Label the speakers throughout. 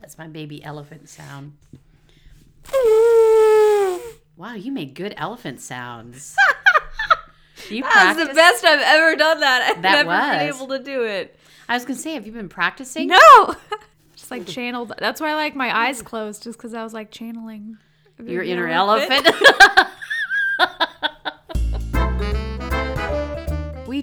Speaker 1: That's my baby elephant sound. Wow, you make good elephant sounds. You
Speaker 2: That's the
Speaker 1: practice.
Speaker 2: best I've ever done that. I've
Speaker 1: That
Speaker 2: never been
Speaker 1: was.
Speaker 2: able to do it.
Speaker 1: I was gonna say, have you been practicing?
Speaker 2: No.
Speaker 3: Just like channeled. That's why I like my eyes closed, just because I was like channeling.
Speaker 1: Your inner
Speaker 2: elephant.
Speaker 1: elephant. we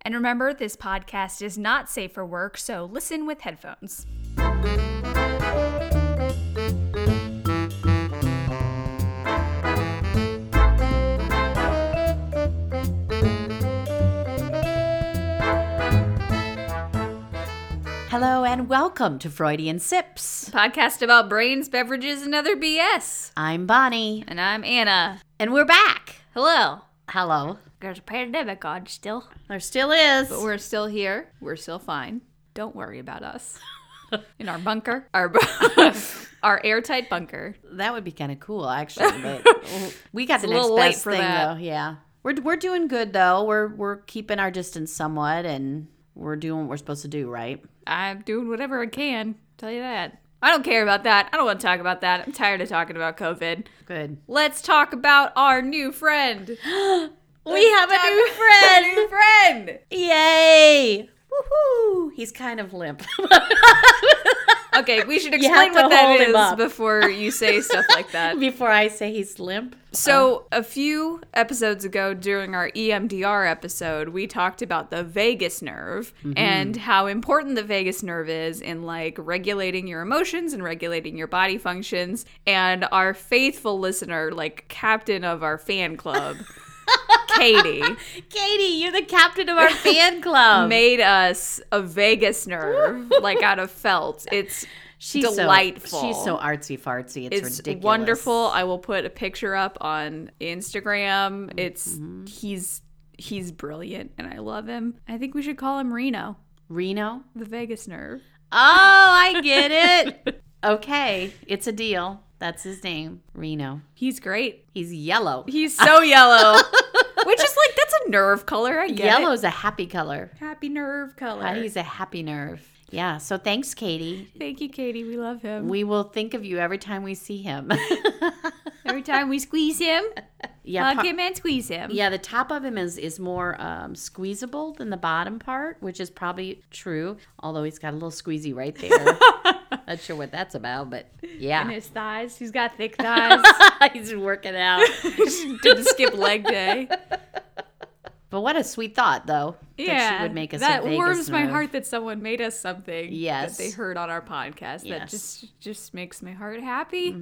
Speaker 3: And remember, this podcast is not safe for work, so listen with headphones.
Speaker 1: Hello and welcome to Freudian Sips.
Speaker 2: Podcast about brains, beverages, and other BS.
Speaker 1: I'm Bonnie
Speaker 2: And I'm Anna.
Speaker 1: and we're back.
Speaker 2: Hello.
Speaker 1: Hello.
Speaker 2: There's a pandemic on still.
Speaker 1: There still is.
Speaker 2: But we're still here. We're still fine. Don't worry about us. In our bunker, our bu- our airtight bunker.
Speaker 1: That would be kind of cool, actually. But we got the next
Speaker 2: little late
Speaker 1: best
Speaker 2: for
Speaker 1: thing,
Speaker 2: that.
Speaker 1: though. Yeah, we're we're doing good though. We're we're keeping our distance somewhat, and we're doing what we're supposed to do, right?
Speaker 2: I'm doing whatever I can. Tell you that. I don't care about that. I don't want to talk about that. I'm tired of talking about COVID.
Speaker 1: Good.
Speaker 2: Let's talk about our new friend.
Speaker 1: We have a new friend.
Speaker 2: new friend.
Speaker 1: Yay! Woohoo! He's kind of limp.
Speaker 2: Okay, we should
Speaker 1: You have
Speaker 2: explain
Speaker 1: to
Speaker 2: what that
Speaker 1: hold him
Speaker 2: is
Speaker 1: up.
Speaker 2: before you say stuff like that.
Speaker 1: Before I say he's limp,
Speaker 2: So, a few episodes ago during our E EMDR episode, we talked about the vagus nerve and how important the vagus nerve is in like regulating your emotions and regulating your body functions. And our faithful listener, like captain of our fan club, Katie,
Speaker 1: Katie, you're the captain of our fan club.
Speaker 2: made us a vagus nerve, like out of felt. It's
Speaker 1: she's so-
Speaker 2: delightful.
Speaker 1: she's so artsy fartsy. It's,
Speaker 2: it's
Speaker 1: ridiculous.
Speaker 2: wonderful. I will put a picture up on Instagram. It's he's he's brilliant and I love him. I think we should call him Reno,
Speaker 1: Reno.
Speaker 2: the Vegas nerve.
Speaker 1: Oh, I get it. okay, it's a deal. That's his name, Reno.
Speaker 2: He's great.
Speaker 1: He's yellow.
Speaker 2: He's so yellow. Which is like that's a nerve color. I get
Speaker 1: Yellow
Speaker 2: it.
Speaker 1: is a happy color.
Speaker 2: Happy nerve color.
Speaker 1: Uh, He's a happy nerve. Yeah. So thanks, Katie.
Speaker 2: Thank you, Katie. We love him.
Speaker 1: We will think of you every time we see him.
Speaker 2: Every time we squeeze him,
Speaker 1: yeah.
Speaker 2: hug
Speaker 1: par-
Speaker 2: him and squeeze him.
Speaker 1: yeah, the top of him is is more um, squeezable than the bottom part, which is probably true. Although he's got a little squeezy right there. Not sure what that's about, but
Speaker 2: And
Speaker 1: yeah,
Speaker 2: his thighs. He's got thick thighs.
Speaker 1: he's working out.
Speaker 2: Didn't skip leg day.
Speaker 1: But what a sweet thought, though. that she would make us. a
Speaker 2: That
Speaker 1: Vegas
Speaker 2: warms my
Speaker 1: nerve.
Speaker 2: heart that someone made us something.
Speaker 1: Yes.
Speaker 2: that they heard on our podcast. That
Speaker 1: Yes. Mm-hmm.
Speaker 2: just just makes my heart happy.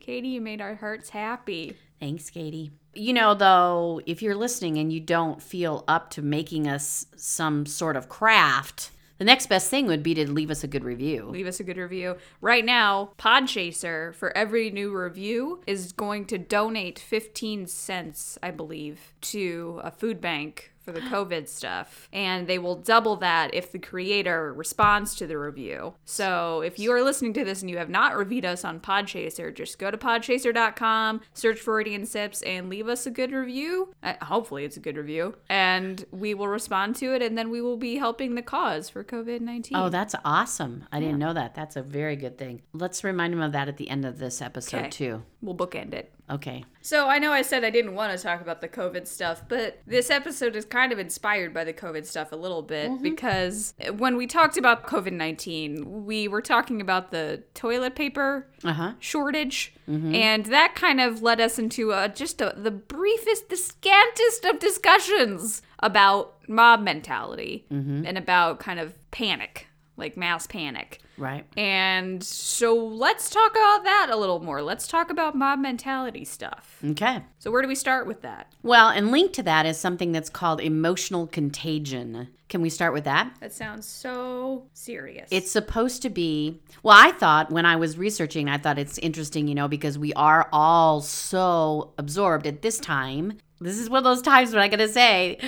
Speaker 2: Katie, you made our hearts happy.
Speaker 1: Thanks, Katie. You know, though, if you're listening and you don't feel up to making us some sort of craft, the next best thing would be to leave us a good review.
Speaker 2: Leave us a good review right now. Podchaser for every new review is going to donate fifteen cents, I believe, to a food bank. For the COVID stuff. And they will double that if the creator responds to the review. So if you are listening to this and you have not reviewed us on Podchaser, just go to podchaser.com, search Freudian Sips, and leave us a good review. Uh, hopefully, it's a good review. And we will respond to it, and then we will be helping the cause for COVID 19.
Speaker 1: Oh, that's awesome. I didn't know that. That's a very good thing. Let's remind him of that at the end of this episode,
Speaker 2: Okay.
Speaker 1: too.
Speaker 2: we'll bookend it.
Speaker 1: Okay.
Speaker 2: So I know I said I didn't want to talk about the COVID stuff, but this episode is kind of inspired by the COVID stuff a little bit because when we talked about COVID 19, we were talking about the toilet paper
Speaker 1: Uh huh.
Speaker 2: shortage and that kind of led us into uh just a, the briefest the scantest of discussions about mob mentality and about kind of panic like mass panic
Speaker 1: Right.
Speaker 2: And so let's talk about that a little more. Let's talk about mob mentality stuff.
Speaker 1: Okay.
Speaker 2: So, where do we start with that?
Speaker 1: Well, and linked to that is something that's called emotional contagion. Can we start with that?
Speaker 2: That sounds so serious.
Speaker 1: It's supposed to be. Well, I thought when I was researching, I thought it's interesting, you know, because we are all so absorbed at this time. This is one of those times when I gotta say,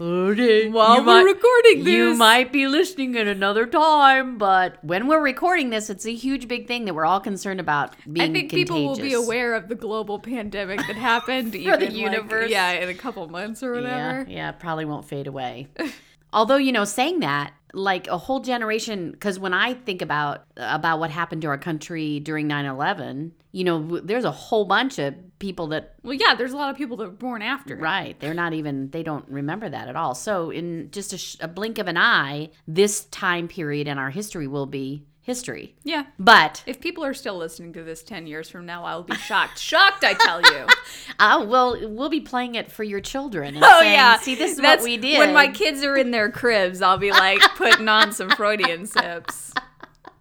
Speaker 1: okay,
Speaker 2: While
Speaker 1: you
Speaker 2: we're recording
Speaker 1: you
Speaker 2: this.
Speaker 1: might be listening at another time, but when we're recording this, it's a huge big thing that we're all concerned about
Speaker 2: I
Speaker 1: being.
Speaker 2: think
Speaker 1: contagious.
Speaker 2: people will be aware of the global pandemic that happened for
Speaker 1: the universe.
Speaker 2: yeah, in a couple months or whatever.
Speaker 1: Yeah, yeah, it probably won't fade away. Although, you know, saying that, like a whole generation cuz when I think about about what happened to our country during 9/11, you know, w- there's a whole bunch of people that
Speaker 2: Well, yeah, there's a lot of people that were born after.
Speaker 1: right, they're not even they don't remember that at all. So, in just a, sh- a blink of an eye, this time period in our history will be history.
Speaker 2: Yeah.
Speaker 1: But
Speaker 2: If people are still listening to this 10 years from now, I'll be shocked. shocked, I tell you.
Speaker 1: uh, we'll we'll be playing it for your children. And
Speaker 2: Oh
Speaker 1: saying,
Speaker 2: yeah,
Speaker 1: see this is
Speaker 2: That's
Speaker 1: what we did
Speaker 2: When my kids are in their cribs, I'll be like putting on some Freudian sips.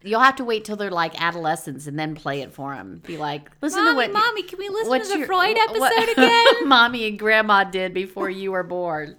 Speaker 1: You'll have to wait till they're like adolescents and then play it for them. Be like, listen
Speaker 2: mommy,
Speaker 1: to what
Speaker 2: mommy, can we listen
Speaker 1: what
Speaker 2: to the
Speaker 1: your-
Speaker 2: Freud
Speaker 1: wh-
Speaker 2: episode
Speaker 1: what-
Speaker 2: again?
Speaker 1: mommy and grandma did before you were born.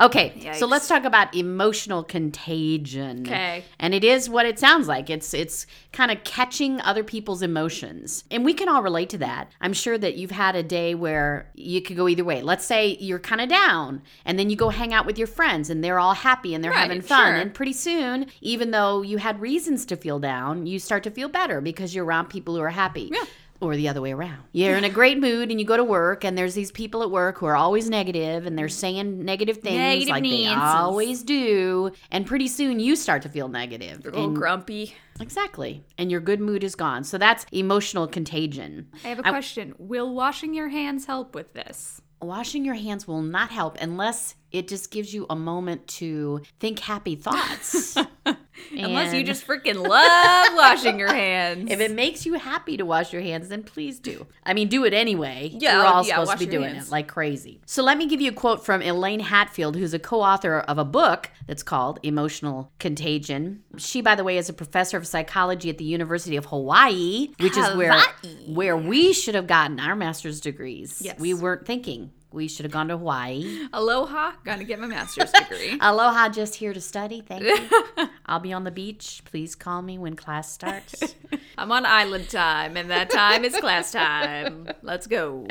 Speaker 1: okay, so
Speaker 2: Yikes.
Speaker 1: let's talk about emotional contagion.
Speaker 2: Okay.
Speaker 1: And it is what it sounds like. It's it's kind of catching other people's emotions. And we can all relate to that. I'm sure that you've had a day where you could go either way. Let's say you're kind of down and then you go hang out with your friends and they're all happy and they're
Speaker 2: Right,
Speaker 1: having fun
Speaker 2: sure.
Speaker 1: and pretty soon, even though you had reasons to feel down, you start to feel better because you're around people who are happy.
Speaker 2: Yeah.
Speaker 1: Or the other way around. You're in a great mood and you go to work, and there's these people at work who are always negative and they're saying negative things
Speaker 2: Negative
Speaker 1: like they
Speaker 2: Nancy's.
Speaker 1: always do. And pretty soon you start to feel negative.
Speaker 2: A little
Speaker 1: And-
Speaker 2: grumpy.
Speaker 1: exactly. And your good mood is gone. So that's emotional contagion.
Speaker 2: I have a question. Will washing your hands help with this?
Speaker 1: Washing your hands will not help unless it just gives you a moment to think happy thoughts.
Speaker 2: Unless you
Speaker 1: And-
Speaker 2: just freaking love washing your hands.
Speaker 1: If it makes you happy to wash your hands, then please do. I mean, do it anyway.
Speaker 2: Yeah,
Speaker 1: we're all
Speaker 2: yeah,
Speaker 1: supposed to
Speaker 2: wash
Speaker 1: be
Speaker 2: your
Speaker 1: doing
Speaker 2: hands.
Speaker 1: it like crazy. So let me give you a quote from Elaine Hatfield, who's a co-author of a book that's called Emotional Contagion. She, by the way, is a professor of psychology at the University of Hawaii, which is where
Speaker 2: Hawaii.
Speaker 1: where we should have gotten our master's degrees.
Speaker 2: Yes.
Speaker 1: we weren't thinking. We should have gone to Hawaii.
Speaker 2: Aloha, gonna get my master's degree.
Speaker 1: Aloha, just here to study. Thank you. I'll be on the beach. Please call me when class starts.
Speaker 2: I'm on island time, and that time is class time. Let's go.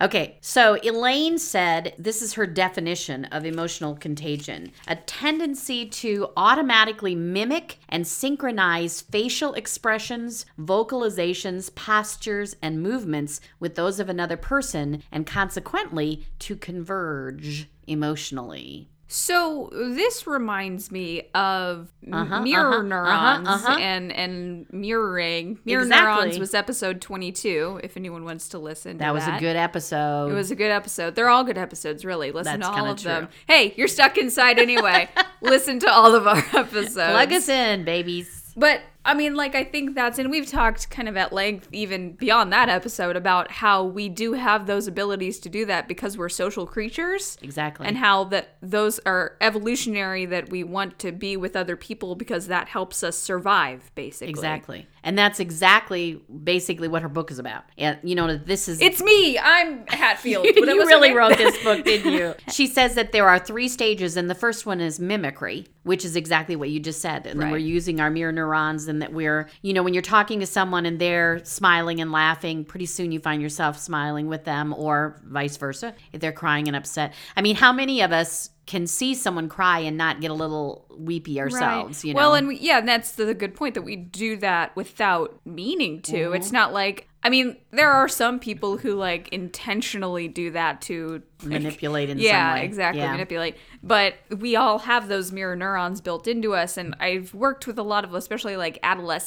Speaker 1: Okay, so Elaine said this is her definition of emotional contagion a tendency to automatically mimic and synchronize facial expressions, vocalizations, postures, and movements with those of another person, and consequently to converge emotionally.
Speaker 2: So this reminds me of m-
Speaker 1: Uh-huh,
Speaker 2: mirror
Speaker 1: uh-huh,
Speaker 2: neurons
Speaker 1: uh-huh, uh-huh.
Speaker 2: and and mirroring. Mirror
Speaker 1: Exactly.
Speaker 2: neurons was episode 22. If anyone wants to listen, to
Speaker 1: That was a good episode.
Speaker 2: It was a good episode. They're all good episodes, really. Listen
Speaker 1: That's
Speaker 2: to all
Speaker 1: kinda
Speaker 2: of them.
Speaker 1: true.
Speaker 2: Hey, you're stuck inside anyway. listen to all of our episodes.
Speaker 1: Plug us in, babies.
Speaker 2: But I mean, like, I think that's, and we've talked kind of at length, even beyond that episode, about how we do have those abilities to do that because we're social creatures.
Speaker 1: Exactly.
Speaker 2: And how that those are evolutionary that we want to be with other people because that helps us survive, basically.
Speaker 1: Exactly. And that's exactly basically what her book is about. And you know, this is
Speaker 2: It's me. I'm Hatfield. What
Speaker 1: you
Speaker 2: was her
Speaker 1: really
Speaker 2: name?
Speaker 1: wrote this book, didn't you? She says that there are three stages, and the first one is mimicry, which is exactly what you just said. And then
Speaker 2: Right.
Speaker 1: we're using our mirror neurons, and that we're, you know, when you're talking to someone and they're smiling and laughing, pretty soon you find yourself smiling with them, or vice versa, if they're crying and upset. I mean, how many of us can see someone cry and not get a little weepy ourselves? You know,
Speaker 2: Well, and we, yeah, and that's the, the good point that we do that without meaning to.
Speaker 1: Mm-hmm.
Speaker 2: It's not like I mean, there are some people who like intentionally do that to like,
Speaker 1: manipulate in
Speaker 2: yeah,
Speaker 1: some way.
Speaker 2: exactly,
Speaker 1: Yeah.
Speaker 2: manipulate. But we all have those mirror neurons built into us, and I've worked with a lot of, especially like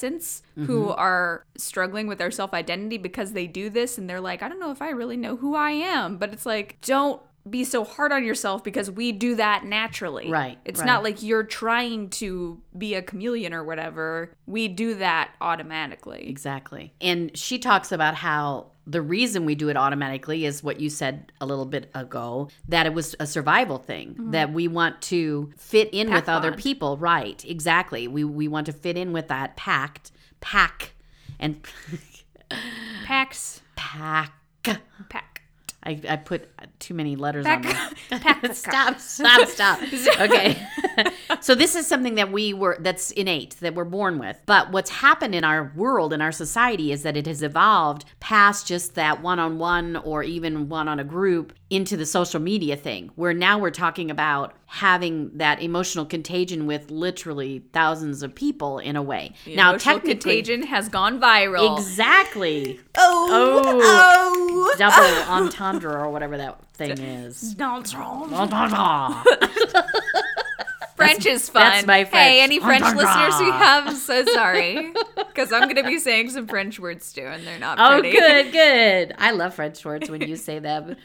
Speaker 2: adolescents who
Speaker 1: Mm-hmm.
Speaker 2: are struggling with their self identity because they do this, and they're like, I don't know if I really know who I am, but it's like, don't be so hard on yourself because we do that naturally.
Speaker 1: Right,
Speaker 2: It's
Speaker 1: right.
Speaker 2: not like you're trying to be a chameleon or whatever. We do that automatically.
Speaker 1: Exactly. And she talks about how the reason we do it automatically is what you said a little bit ago that it was a survival thing that we want to fit in with other
Speaker 2: bond.
Speaker 1: people right exactly we we want to fit in with that pact pack and
Speaker 2: Packs.
Speaker 1: pack
Speaker 2: Pack.
Speaker 1: I, I put too many letters on there.
Speaker 2: Pack. Pack.
Speaker 1: stop stop stop okay so this is something that we were that's innate that we're born with but what's happened in our world in our society is that it has evolved past just that one-on-one or even one on a group into the social media thing where now we're talking about having that emotional contagion with literally thousands of people in a way now
Speaker 2: Emotional
Speaker 1: technically
Speaker 2: contagion has gone viral.
Speaker 1: exactly
Speaker 2: Oh.
Speaker 1: Oh. double entendre or whatever that thing is entendre
Speaker 2: French is fun.
Speaker 1: that's my French.
Speaker 2: Hey, any French
Speaker 1: Entendre.
Speaker 2: listeners we have, I'm so sorry. Because I'm going to be saying some French words too, and they're not
Speaker 1: Oh,
Speaker 2: pretty.
Speaker 1: good, good. I love French words when you say them.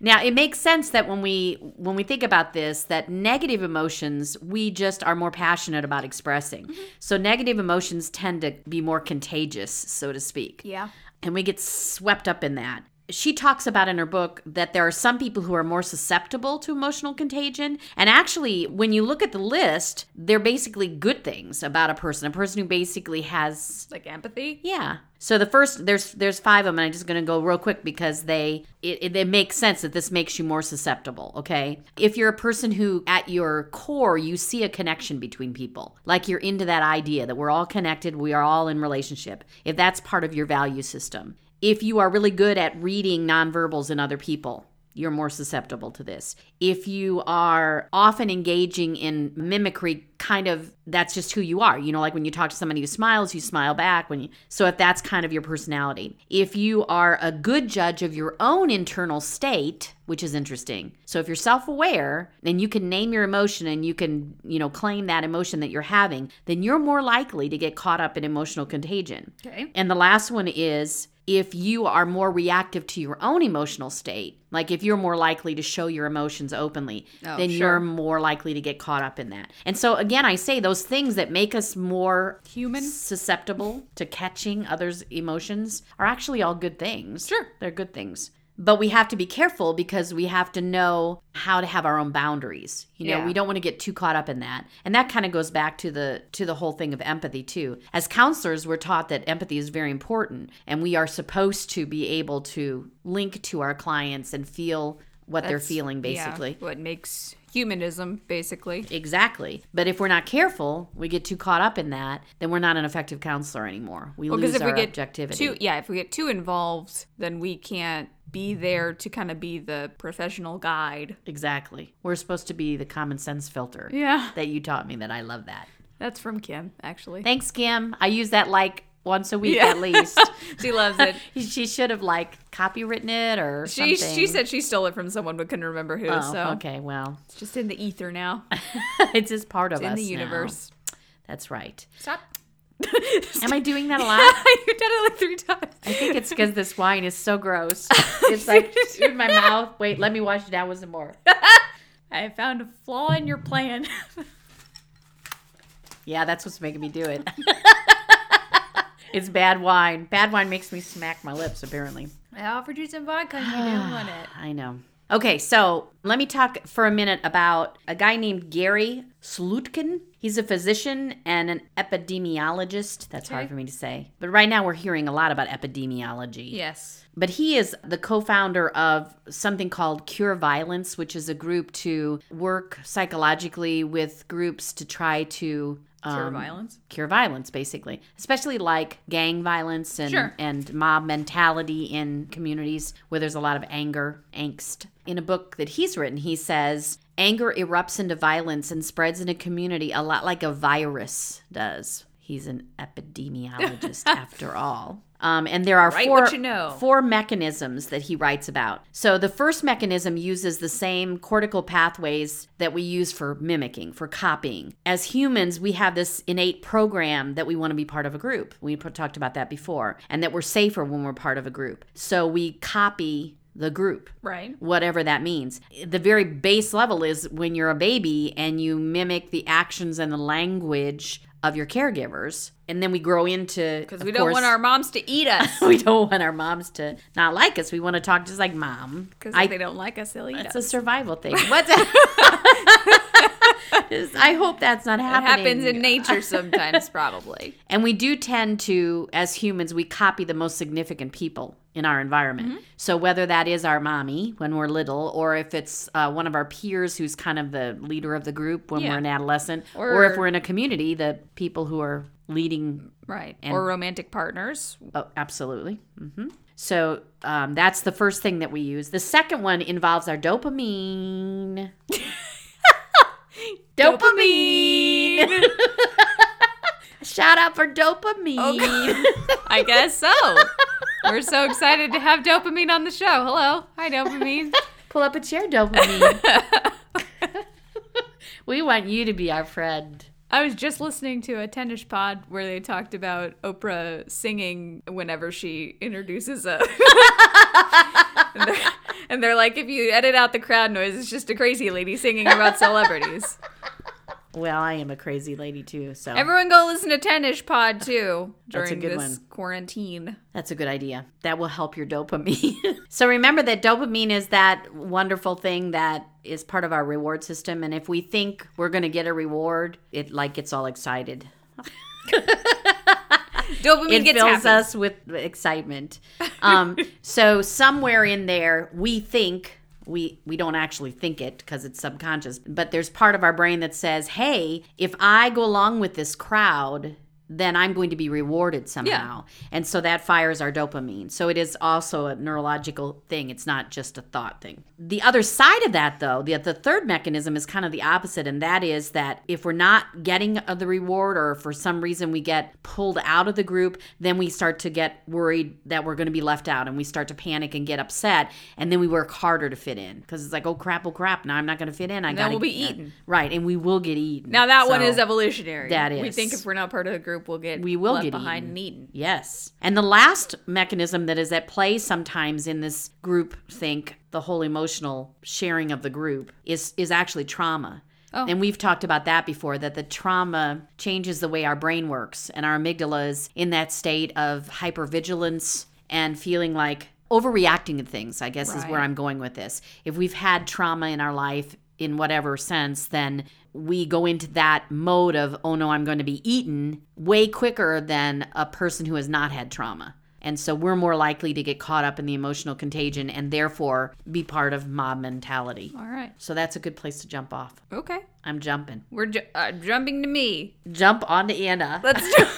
Speaker 1: now, it makes sense that when we when we think about this, that negative emotions we just are more passionate about expressing. So negative emotions tend to be more contagious, so to speak.
Speaker 3: Yeah.
Speaker 1: And we get swept up in that. She talks about in her book that there are some people who are more susceptible to emotional contagion. And actually, when you look at the list, they're basically good things about a person. A person who basically has
Speaker 2: Like empathy?
Speaker 1: yeah. So the first there's there's five of them. And I'm just gonna go real quick because they it, it, it makes sense that this makes you more susceptible. Okay, if you're a person who at your core you see a connection between people, like you're into that idea that we're all connected, we are all in relationship. If that's part of your value system, if you are really good at reading nonverbals in other people, you're more susceptible to this. If you are often engaging in mimicry, kind of that's just who you are. You know, like when you talk to somebody who smiles, you smile back. When you, so if that's kind of your personality, if you are a good judge of your own internal state, which is interesting. So if you're self-aware and you can name your emotion and you can, you know, claim that emotion that you're having, then you're more likely to get caught up in emotional contagion.
Speaker 2: Okay.
Speaker 1: And the last one is if you are more reactive to your own emotional state, like if you're more likely to show your emotions openly,
Speaker 2: Oh,
Speaker 1: then
Speaker 2: sure.
Speaker 1: you're more likely to get caught up in that. And so, again, I say those things that make us more
Speaker 2: Human?
Speaker 1: susceptible to catching others' emotions are actually all good things.
Speaker 2: Sure.
Speaker 1: They're good things. But we have to be careful because we have to know how to have our own boundaries. You know,
Speaker 2: Yeah.
Speaker 1: we don't want to get too caught up in that. And that kind of goes back to the to the whole thing of empathy too. As counselors, we're taught that empathy is very important and we are supposed to be able to link to our clients and feel what they're
Speaker 2: That's-
Speaker 1: feeling
Speaker 2: yeah,
Speaker 1: basically.
Speaker 2: what makes humanism, basically.
Speaker 1: Exactly. But if we're not careful, we get too caught up in that, then we're not an effective counselor anymore. We
Speaker 2: Well,
Speaker 1: lose
Speaker 2: because if
Speaker 1: our
Speaker 2: we get
Speaker 1: objectivity.
Speaker 2: too, yeah, if we get too involved, then we can't be there to kind of be the professional guide.
Speaker 1: exactly. We're supposed to be the common sense filter.
Speaker 2: Yeah,
Speaker 1: That you taught me that I love that.
Speaker 2: that's from Kim, actually.
Speaker 1: Thanks, Kim. I use that like once a week
Speaker 2: Yeah.
Speaker 1: at least.
Speaker 2: She loves it.
Speaker 1: she should have like copywritten it or
Speaker 2: She
Speaker 1: something.
Speaker 2: she said she stole it from someone but couldn't remember who.
Speaker 1: Oh,
Speaker 2: so
Speaker 1: okay. Well,
Speaker 2: it's just in the ether now,
Speaker 1: it's just part of
Speaker 2: in
Speaker 1: us
Speaker 2: the
Speaker 1: now.
Speaker 2: universe.
Speaker 1: That's right.
Speaker 2: Stop.
Speaker 1: Am I doing that a lot?
Speaker 2: you did it like three times.
Speaker 1: I think it's because this wine is so gross. It's like in my mouth. Wait, let me wash it down with some more.
Speaker 2: I found a flaw in your plan.
Speaker 1: Yeah, that's what's making me do it. it's bad wine. Bad wine makes me smack my lips, apparently.
Speaker 2: I offered you some vodka and you didn't want it.
Speaker 1: Ah, I know. Okay, so let me talk for a minute about a guy named Gary Slutkin. He's a physician and an epidemiologist. That's hard
Speaker 2: Okay.
Speaker 1: for me to say. But right now we're hearing a lot about epidemiology.
Speaker 2: Yes.
Speaker 1: But he is the co founder of something called Cure Violence, which is a group to work psychologically with groups to try to um,
Speaker 2: Pure violence.
Speaker 1: cure violence basically especially like gang violence and
Speaker 2: Sure.
Speaker 1: and mob mentality in communities where there's a lot of anger angst in a book that he's written he says anger erupts into violence and spreads in a community a lot like a virus does he's an epidemiologist after all um, and there are
Speaker 2: Write
Speaker 1: four
Speaker 2: what you know.
Speaker 1: four mechanisms that he writes about. So the first mechanism uses the same cortical pathways that we use for mimicking, for copying. As humans, we have this innate program that we want to be part of a group. We p- talked about that before, and that we're safer when we're part of a group. So we copy the group.
Speaker 3: Right.
Speaker 1: Whatever that means. The very base level is when you're a baby and you mimic the actions and the language of your caregivers. And then we grow into.
Speaker 2: Because we don't want our moms to eat us.
Speaker 1: We don't want our moms to not like us. We want to talk just like mom.
Speaker 2: Because
Speaker 1: I-
Speaker 2: if they don't like us, they'll eat
Speaker 1: It's
Speaker 2: us.
Speaker 1: a survival thing. What's that? Just- I hope that's not
Speaker 2: It
Speaker 1: happening.
Speaker 2: happens in nature sometimes, probably.
Speaker 1: And we do tend to, as humans, we copy the most significant people in our environment.
Speaker 2: Mm-hmm.
Speaker 1: So whether that is our mommy when we're little, or if it's uh, one of our peers who's kind of the leader of the group when
Speaker 2: Yeah.
Speaker 1: we're an adolescent, or, if
Speaker 2: Or-
Speaker 1: we're in a community, the people who are leading.
Speaker 2: Right. or romantic partners.
Speaker 1: Oh, absolutely. hmm So um, that's the first thing that we use. The second one involves our dopamine. dopamine. Shout out for dopamine.
Speaker 2: I guess so. We're so excited to have dopamine on the show. Hello. Hi, dopamine.
Speaker 1: Pull up a chair, dopamine. we want you to be our friend.
Speaker 2: I was just listening to a Tendish pod where they talked about Oprah singing whenever she introduces a. and, they're, and they're like, if you edit out the crowd noise, it's just a crazy lady singing about celebrities.
Speaker 1: Well, I am a crazy lady too, so
Speaker 2: Everyone go listen to Tendish pod too
Speaker 1: That's a
Speaker 2: during
Speaker 1: good
Speaker 2: this
Speaker 1: one.
Speaker 2: quarantine.
Speaker 1: that's a good idea. That will help your dopamine. so remember that dopamine is that wonderful thing that is part of our reward system and if we think we're going to get a reward, it like gets all excited.
Speaker 2: Dopamine
Speaker 1: it
Speaker 2: gets
Speaker 1: fills
Speaker 2: happy.
Speaker 1: us with excitement. Um, so somewhere in there, we think we we don't actually think it because it's subconscious, but there's part of our brain that says, "Hey, if I go along with this crowd." Then I'm going to be rewarded somehow. And so that fires our dopamine. So it is also a neurological thing. It's not just a thought thing. The other side of that, though, the, the third mechanism is kind of the opposite. And that is that if we're not getting uh, the reward or for some reason we get pulled out of the group, then we start to get worried that we're going to be left out and we start to panic and get upset. And then we work harder to fit in because it's like, oh crap, oh crap, now I'm not going to fit in. I
Speaker 2: then
Speaker 1: got
Speaker 2: we'll be eaten.
Speaker 1: Right. And we will get eaten.
Speaker 2: Now that one
Speaker 1: So-
Speaker 2: is evolutionary.
Speaker 1: That
Speaker 2: We
Speaker 1: is.
Speaker 2: think if we're not part of the group, we'll get
Speaker 1: We will
Speaker 2: left
Speaker 1: get
Speaker 2: behind
Speaker 1: eaten.
Speaker 2: and eaten.
Speaker 1: Yes. And the last mechanism that is at play sometimes in this group think, the whole emotional sharing of the group is is actually trauma.
Speaker 2: Oh.
Speaker 1: And we've talked about that before that the trauma changes the way our brain works and our amygdala is in that state of hypervigilance and feeling like overreacting to things, I guess is where
Speaker 2: Right.
Speaker 1: I'm going with this. If we've had trauma in our life in whatever sense, then we go into that mode of, oh no, I'm going to be eaten way quicker than a person who has not had trauma. And so we're more likely to get caught up in the emotional contagion and therefore be part of mob mentality.
Speaker 2: All right.
Speaker 1: So that's a good place to jump off.
Speaker 2: Okay.
Speaker 1: I'm jumping.
Speaker 2: We're ju- uh, jumping to me.
Speaker 1: Jump on to Anna.
Speaker 2: Let's do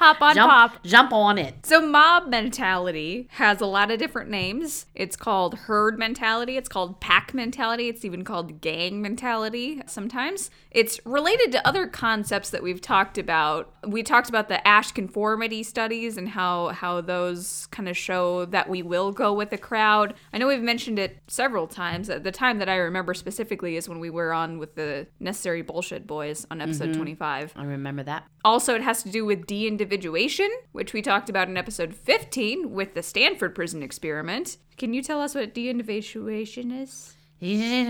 Speaker 2: Hop on
Speaker 1: jump,
Speaker 2: pop.
Speaker 1: jump on it.
Speaker 2: So mob mentality has a lot of different names. It's called herd mentality, it's called pack mentality, it's even called gang mentality sometimes. It's related to other concepts that we've talked about. We talked about the Ash conformity studies and how how those kind of show that we will go with the crowd. I know we've mentioned it several times. The time that I remember specifically is when we were on with the Necessary Bullshit Boys on episode 25.
Speaker 1: I remember that.
Speaker 2: Also, it has to do with de individuation, which we talked about in episode 15 with the Stanford prison experiment. Can you tell us what de individuation is? I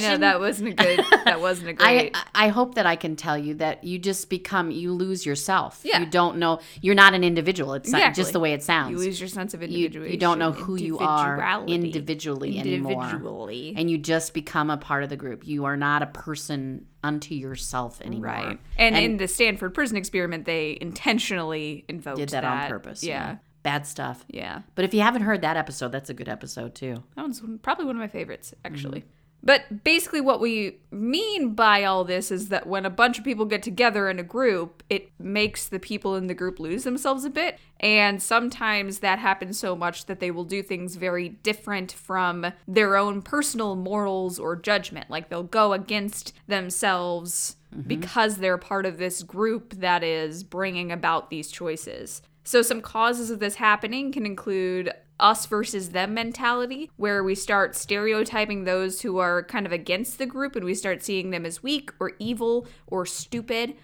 Speaker 2: know that wasn't a good, that wasn't a
Speaker 1: I,
Speaker 2: great.
Speaker 1: I hope that I can tell you that you just become you lose yourself.
Speaker 2: Yeah.
Speaker 1: You don't know you're not an individual. It's not
Speaker 2: Exactly.
Speaker 1: just the way it sounds.
Speaker 2: you lose your sense of
Speaker 1: You-
Speaker 2: individuation.
Speaker 1: you don't know who you are
Speaker 2: Individuality.
Speaker 1: individually anymore.
Speaker 2: Individually.
Speaker 1: And you just become a part of the group. You are not a person unto yourself anymore.
Speaker 2: Right. And, in the Stanford prison experiment, they intentionally invoked
Speaker 1: Did that, on purpose.
Speaker 2: Yeah.
Speaker 1: Bad stuff.
Speaker 2: Yeah.
Speaker 1: But if you haven't heard that episode, that's a good episode too.
Speaker 2: That one's one- probably one of my favorites, actually. But basically, what we mean by all this is that when a bunch of people get together in a group, it makes the people in the group lose themselves a bit. And sometimes that happens so much that they will do things very different from their own personal morals or judgment. Like they'll go against themselves because they're part of this group that is bringing about these choices. So, some causes of this happening can include us versus them mentality, where we start stereotyping those who are kind of against the group and we start seeing them as weak or evil or stupid.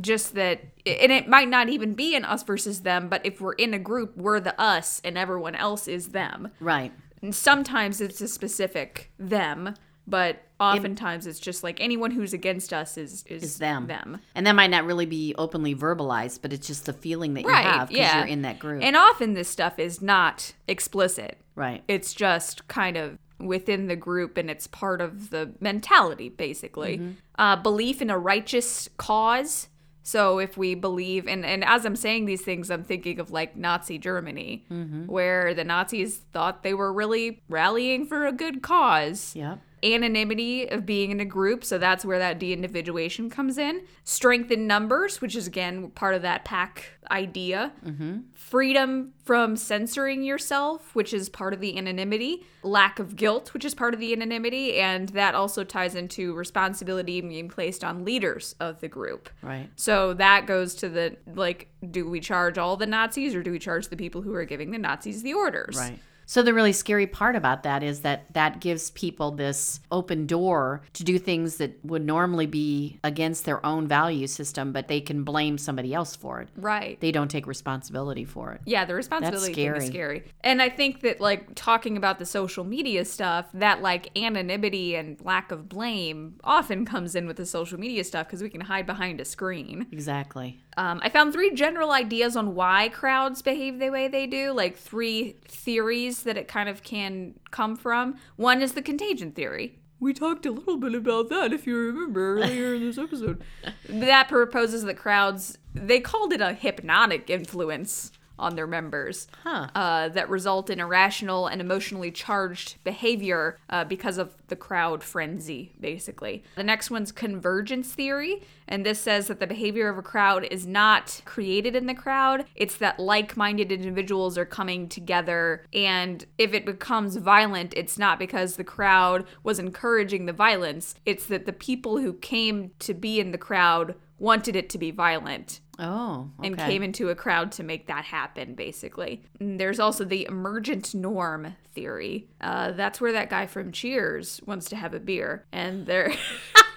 Speaker 2: Just that, and it might not even be an us versus them, but if we're in a group, we're the us and everyone else is them
Speaker 1: Right.
Speaker 2: And sometimes it's a specific them, but oftentimes it's just like anyone who's against us is is,
Speaker 1: It's them.
Speaker 2: Them.
Speaker 1: And that might not really be openly verbalized, but it's just the feeling that you
Speaker 2: Right.
Speaker 1: have because
Speaker 2: yeah.
Speaker 1: you're in that group.
Speaker 2: And often this stuff is not explicit.
Speaker 1: right.
Speaker 2: It's just kind of within the group and it's part of the mentality, basically. Uh, belief in a righteous cause. So if we believe, and, and as I'm saying these things, I'm thinking of like Nazi Germany, where the Nazis thought they were really rallying for a good cause
Speaker 1: Yep.
Speaker 2: anonymity of being in a group so that's where that de-individuation comes in strength in numbers which is again part of that pack idea
Speaker 1: Mm-hmm.
Speaker 2: freedom from censoring yourself which is part of the anonymity lack of guilt which is part of the anonymity and that also ties into responsibility being placed on leaders of the group
Speaker 1: Right.
Speaker 2: so that goes to the like do we charge all the nazis or do we charge the people who are giving the nazis the orders
Speaker 1: Right. So the really scary part about that is that that gives people this open door to do things that would normally be against their own value system, but they can blame somebody else for it.
Speaker 2: right
Speaker 1: They don't take responsibility for it.
Speaker 2: Yeah, the responsibility thing
Speaker 1: scary.
Speaker 2: is scary. And I think that like talking about the social media stuff, that like anonymity and lack of blame often comes in with the social media stuff because we can hide behind a screen.
Speaker 1: Exactly.
Speaker 2: Um, I found three general ideas on why crowds behave the way they do, like three theories that it kind of can come from. One is the contagion theory. We talked a little bit about that, if you remember, earlier in this episode. that proposes that crowds, they called it a hypnotic influence on their members
Speaker 1: Huh.
Speaker 2: uh, that result in irrational and emotionally charged behavior uh, because of the crowd frenzy, basically. The next one's convergence theory, and this says that the behavior of a crowd is not created in the crowd, it's that like minded individuals are coming together, and if it becomes violent, it's not because the crowd was encouraging the violence, it's that the people who came to be in the crowd wanted it to be violent
Speaker 1: Oh, okay.
Speaker 2: and came into a crowd to make that happen, basically. And there's also the emergent norm theory. Uh, that's where that guy from Cheers wants to have a beer, and they're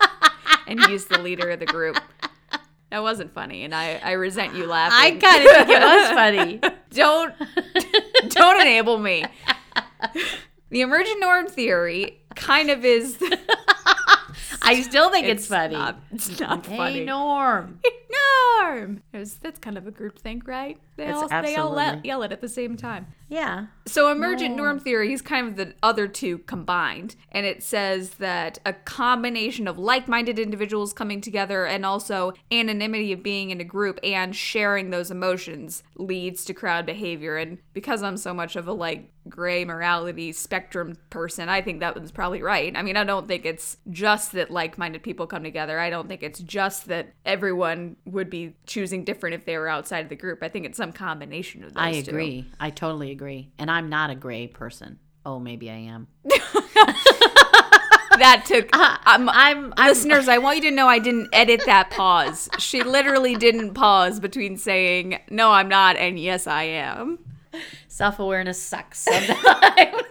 Speaker 2: and he's the leader of the group. That wasn't funny, and I, I resent you
Speaker 1: I
Speaker 2: laughing.
Speaker 1: kind of think it was funny.
Speaker 2: don't don't enable me. The emergent norm theory kind of is
Speaker 1: I still think it's, funny.
Speaker 2: Not, it's not funny.
Speaker 1: Hey, Norm.
Speaker 2: norm. It was- that's kind of a group think, right? They
Speaker 1: It's
Speaker 2: all they all le-
Speaker 1: absolutely-
Speaker 2: yell it at the same time.
Speaker 1: Yeah.
Speaker 2: So emergent norm theory is kind of the other two combined, and it says that a combination of like-minded individuals coming together and also anonymity of being in a group and sharing those emotions leads to crowd behavior. And because I'm so much of a like gray morality spectrum person, I think that one's probably right. I mean, I don't think it's just that like-minded people come together. I don't think it's just that everyone would be choosing different if they were outside of the group. I think it's some combination of those
Speaker 1: I
Speaker 2: two.
Speaker 1: agree. I totally agree. And I'm not a gray person. Oh, maybe I am.
Speaker 2: that took um,
Speaker 1: I'm, Ah, I'm
Speaker 2: listeners i want you to know i didn't edit that pause she literally didn't pause between saying no i'm not and yes i am
Speaker 1: self awareness sucks sometimes.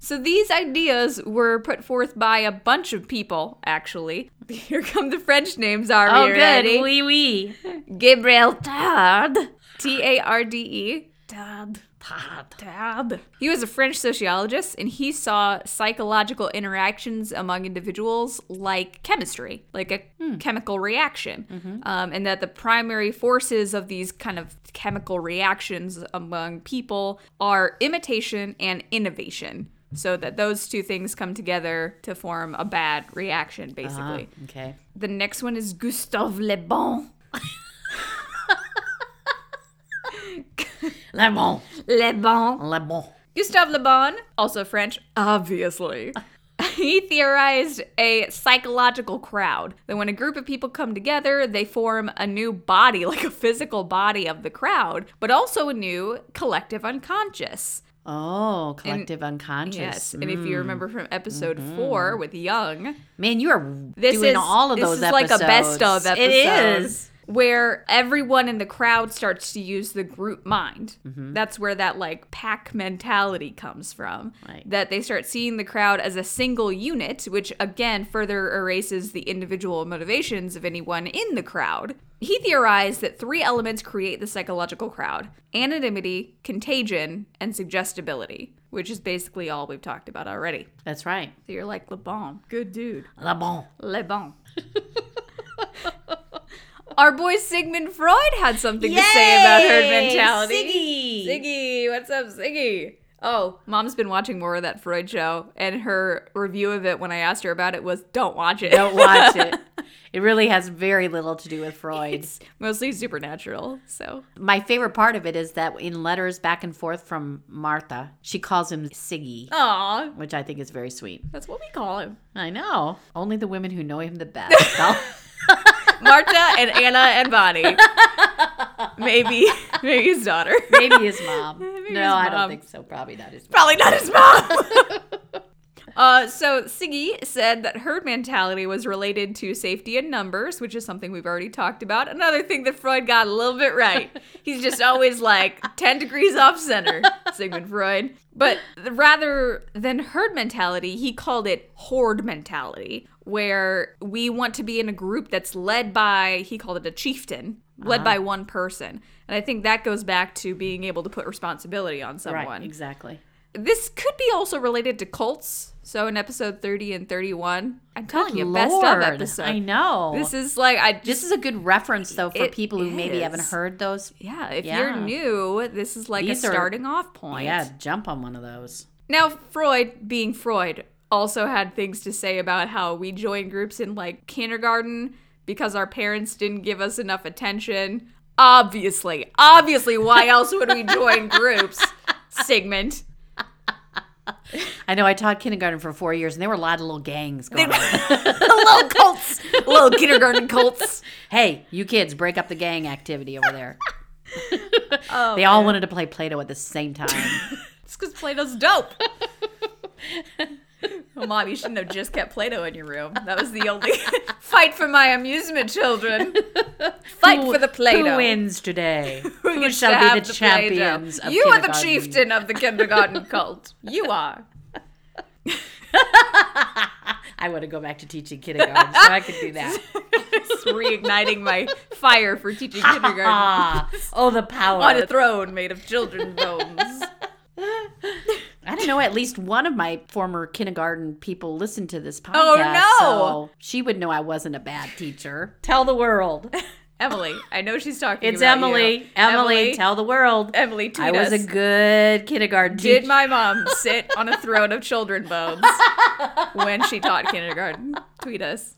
Speaker 2: so these ideas were put forth by a bunch of people actually here come the french names are
Speaker 1: oh,
Speaker 2: we
Speaker 1: good.
Speaker 2: ready?
Speaker 1: Wee wee.
Speaker 2: gabriel tard t-a-r-d-e
Speaker 1: Dad. Pod.
Speaker 2: Tab. He was a French sociologist and he saw psychological interactions among individuals like chemistry, like a chemical reaction, um, and that the primary forces of these kind of chemical reactions among people are imitation and innovation. So that those two things come together to form a bad reaction, basically.
Speaker 1: Okay.
Speaker 2: The next one is Gustave Le Bon.
Speaker 1: Le bon.
Speaker 2: Le Bon.
Speaker 1: Le bon.
Speaker 2: Gustave Le Bon, also French, obviously. He theorized a psychological crowd that when a group of people come together, they form a new body, like a physical body of the crowd, but also a new collective unconscious.
Speaker 1: Oh, collective unconscious.
Speaker 2: Yes, and if you remember from episode four with Young,
Speaker 1: Man, you are
Speaker 2: this
Speaker 1: doing
Speaker 2: is
Speaker 1: all of
Speaker 2: this
Speaker 1: those
Speaker 2: is
Speaker 1: episodes.
Speaker 2: like a best of episode.
Speaker 1: It is.
Speaker 2: where everyone in the crowd starts to use the group mind.
Speaker 1: Mm-hmm.
Speaker 2: That's where that like pack mentality comes from.
Speaker 1: Right.
Speaker 2: That they start seeing the crowd as a single unit, which again further erases the individual motivations of anyone in the crowd. He theorized that three elements create the psychological crowd anonymity, contagion, and suggestibility, which is basically all we've talked about already.
Speaker 1: That's right.
Speaker 2: So you're like, Le Bon, good dude.
Speaker 1: La bon.
Speaker 2: Le Bon. Our boy Sigmund Freud had something to say about herd
Speaker 1: Yay,
Speaker 2: mentality.
Speaker 1: Siggy.
Speaker 2: Siggy, what's up, Siggy? Oh, mom's been watching more of that Freud show, and her review of it when I asked her about it was don't watch it.
Speaker 1: Don't watch it. It really has very little to do with Freud.
Speaker 2: it's mostly supernatural, so.
Speaker 1: My favorite part of it is that in letters back and forth from Martha, she calls him Siggy,
Speaker 2: Oh. Aw,
Speaker 1: which I think is very sweet.
Speaker 2: that's what we call him.
Speaker 1: I know. Only the women who know him the best. I'll-
Speaker 2: Marta and Anna and Bonnie. Maybe, maybe his daughter.
Speaker 1: Maybe his mom.
Speaker 2: Maybe
Speaker 1: no,
Speaker 2: his
Speaker 1: I
Speaker 2: mom.
Speaker 1: don't think so. Probably not his mom.
Speaker 2: Probably not his mom. uh, so Siggy said that herd mentality was related to safety in numbers, which is something we've already talked about. Another thing that Freud got a little bit right. He's just always like 10 degrees off center, Sigmund Freud. But rather than herd mentality, he called it horde mentality, where we want to be in a group that's led by, he called it a chieftain, led by one person. And I think that goes back to being able to put responsibility on someone.
Speaker 1: Right, exactly.
Speaker 2: This could be also related to cults. So in episode 30 and 31, I'm telling you, best of
Speaker 1: Lord,
Speaker 2: episode.
Speaker 1: I know.
Speaker 2: This is like I
Speaker 1: This
Speaker 2: just
Speaker 1: is a good reference, though, for
Speaker 2: It
Speaker 1: people who maybe haven't
Speaker 2: is.
Speaker 1: heard those.
Speaker 2: yeah, if
Speaker 1: Yeah.
Speaker 2: you're new, this is like
Speaker 1: These
Speaker 2: a
Speaker 1: are-
Speaker 2: starting off point.
Speaker 1: Yeah, jump on one of those.
Speaker 2: Now Freud, being Freud, also had things to say about how we join groups in like kindergarten because our parents didn't give us enough attention. Obviously. Obviously, why else would we join groups? Sigmund.
Speaker 1: I know I taught kindergarten for four years, and there were a lot of little gangs going on.
Speaker 2: Little cults. Little kindergarten cults.
Speaker 1: hey, you kids, break up the gang activity over there.
Speaker 2: Oh,
Speaker 1: they all wanted to play Play Doh at the same time.
Speaker 2: It's because Play-Doh's dope. well, Mom, you shouldn't have just kept Play-Doh in your room. That was the only fight for my amusement, children. Fight
Speaker 1: Who-
Speaker 2: for the Play-Doh.
Speaker 1: Who wins today?
Speaker 2: Who
Speaker 1: who
Speaker 2: gets
Speaker 1: shall
Speaker 2: to
Speaker 1: be
Speaker 2: have
Speaker 1: the,
Speaker 2: Play-Doh?
Speaker 1: champions of
Speaker 2: You are the
Speaker 1: kindergarten?
Speaker 2: chieftain of the kindergarten cult. You are.
Speaker 1: I want to go back to teaching kindergarten, so I could do that.
Speaker 2: It's reigniting my fire for teaching kindergarten
Speaker 1: ah, oh, the power.
Speaker 2: on a throne made of children's bones.
Speaker 1: I don't know. At least one of my former kindergarten people listened to this podcast.
Speaker 2: Oh, no.
Speaker 1: so she would know I wasn't a bad teacher. Tell the world.
Speaker 2: Emily, I know she's talking
Speaker 1: It's
Speaker 2: about
Speaker 1: Emily.
Speaker 2: you.
Speaker 1: Emily. tell the world.
Speaker 2: Emily, tweet
Speaker 1: I was
Speaker 2: us.
Speaker 1: a good kindergarten
Speaker 2: Did
Speaker 1: teacher.
Speaker 2: my mom sit on a throne of children bones when she taught kindergarten? Tweet us.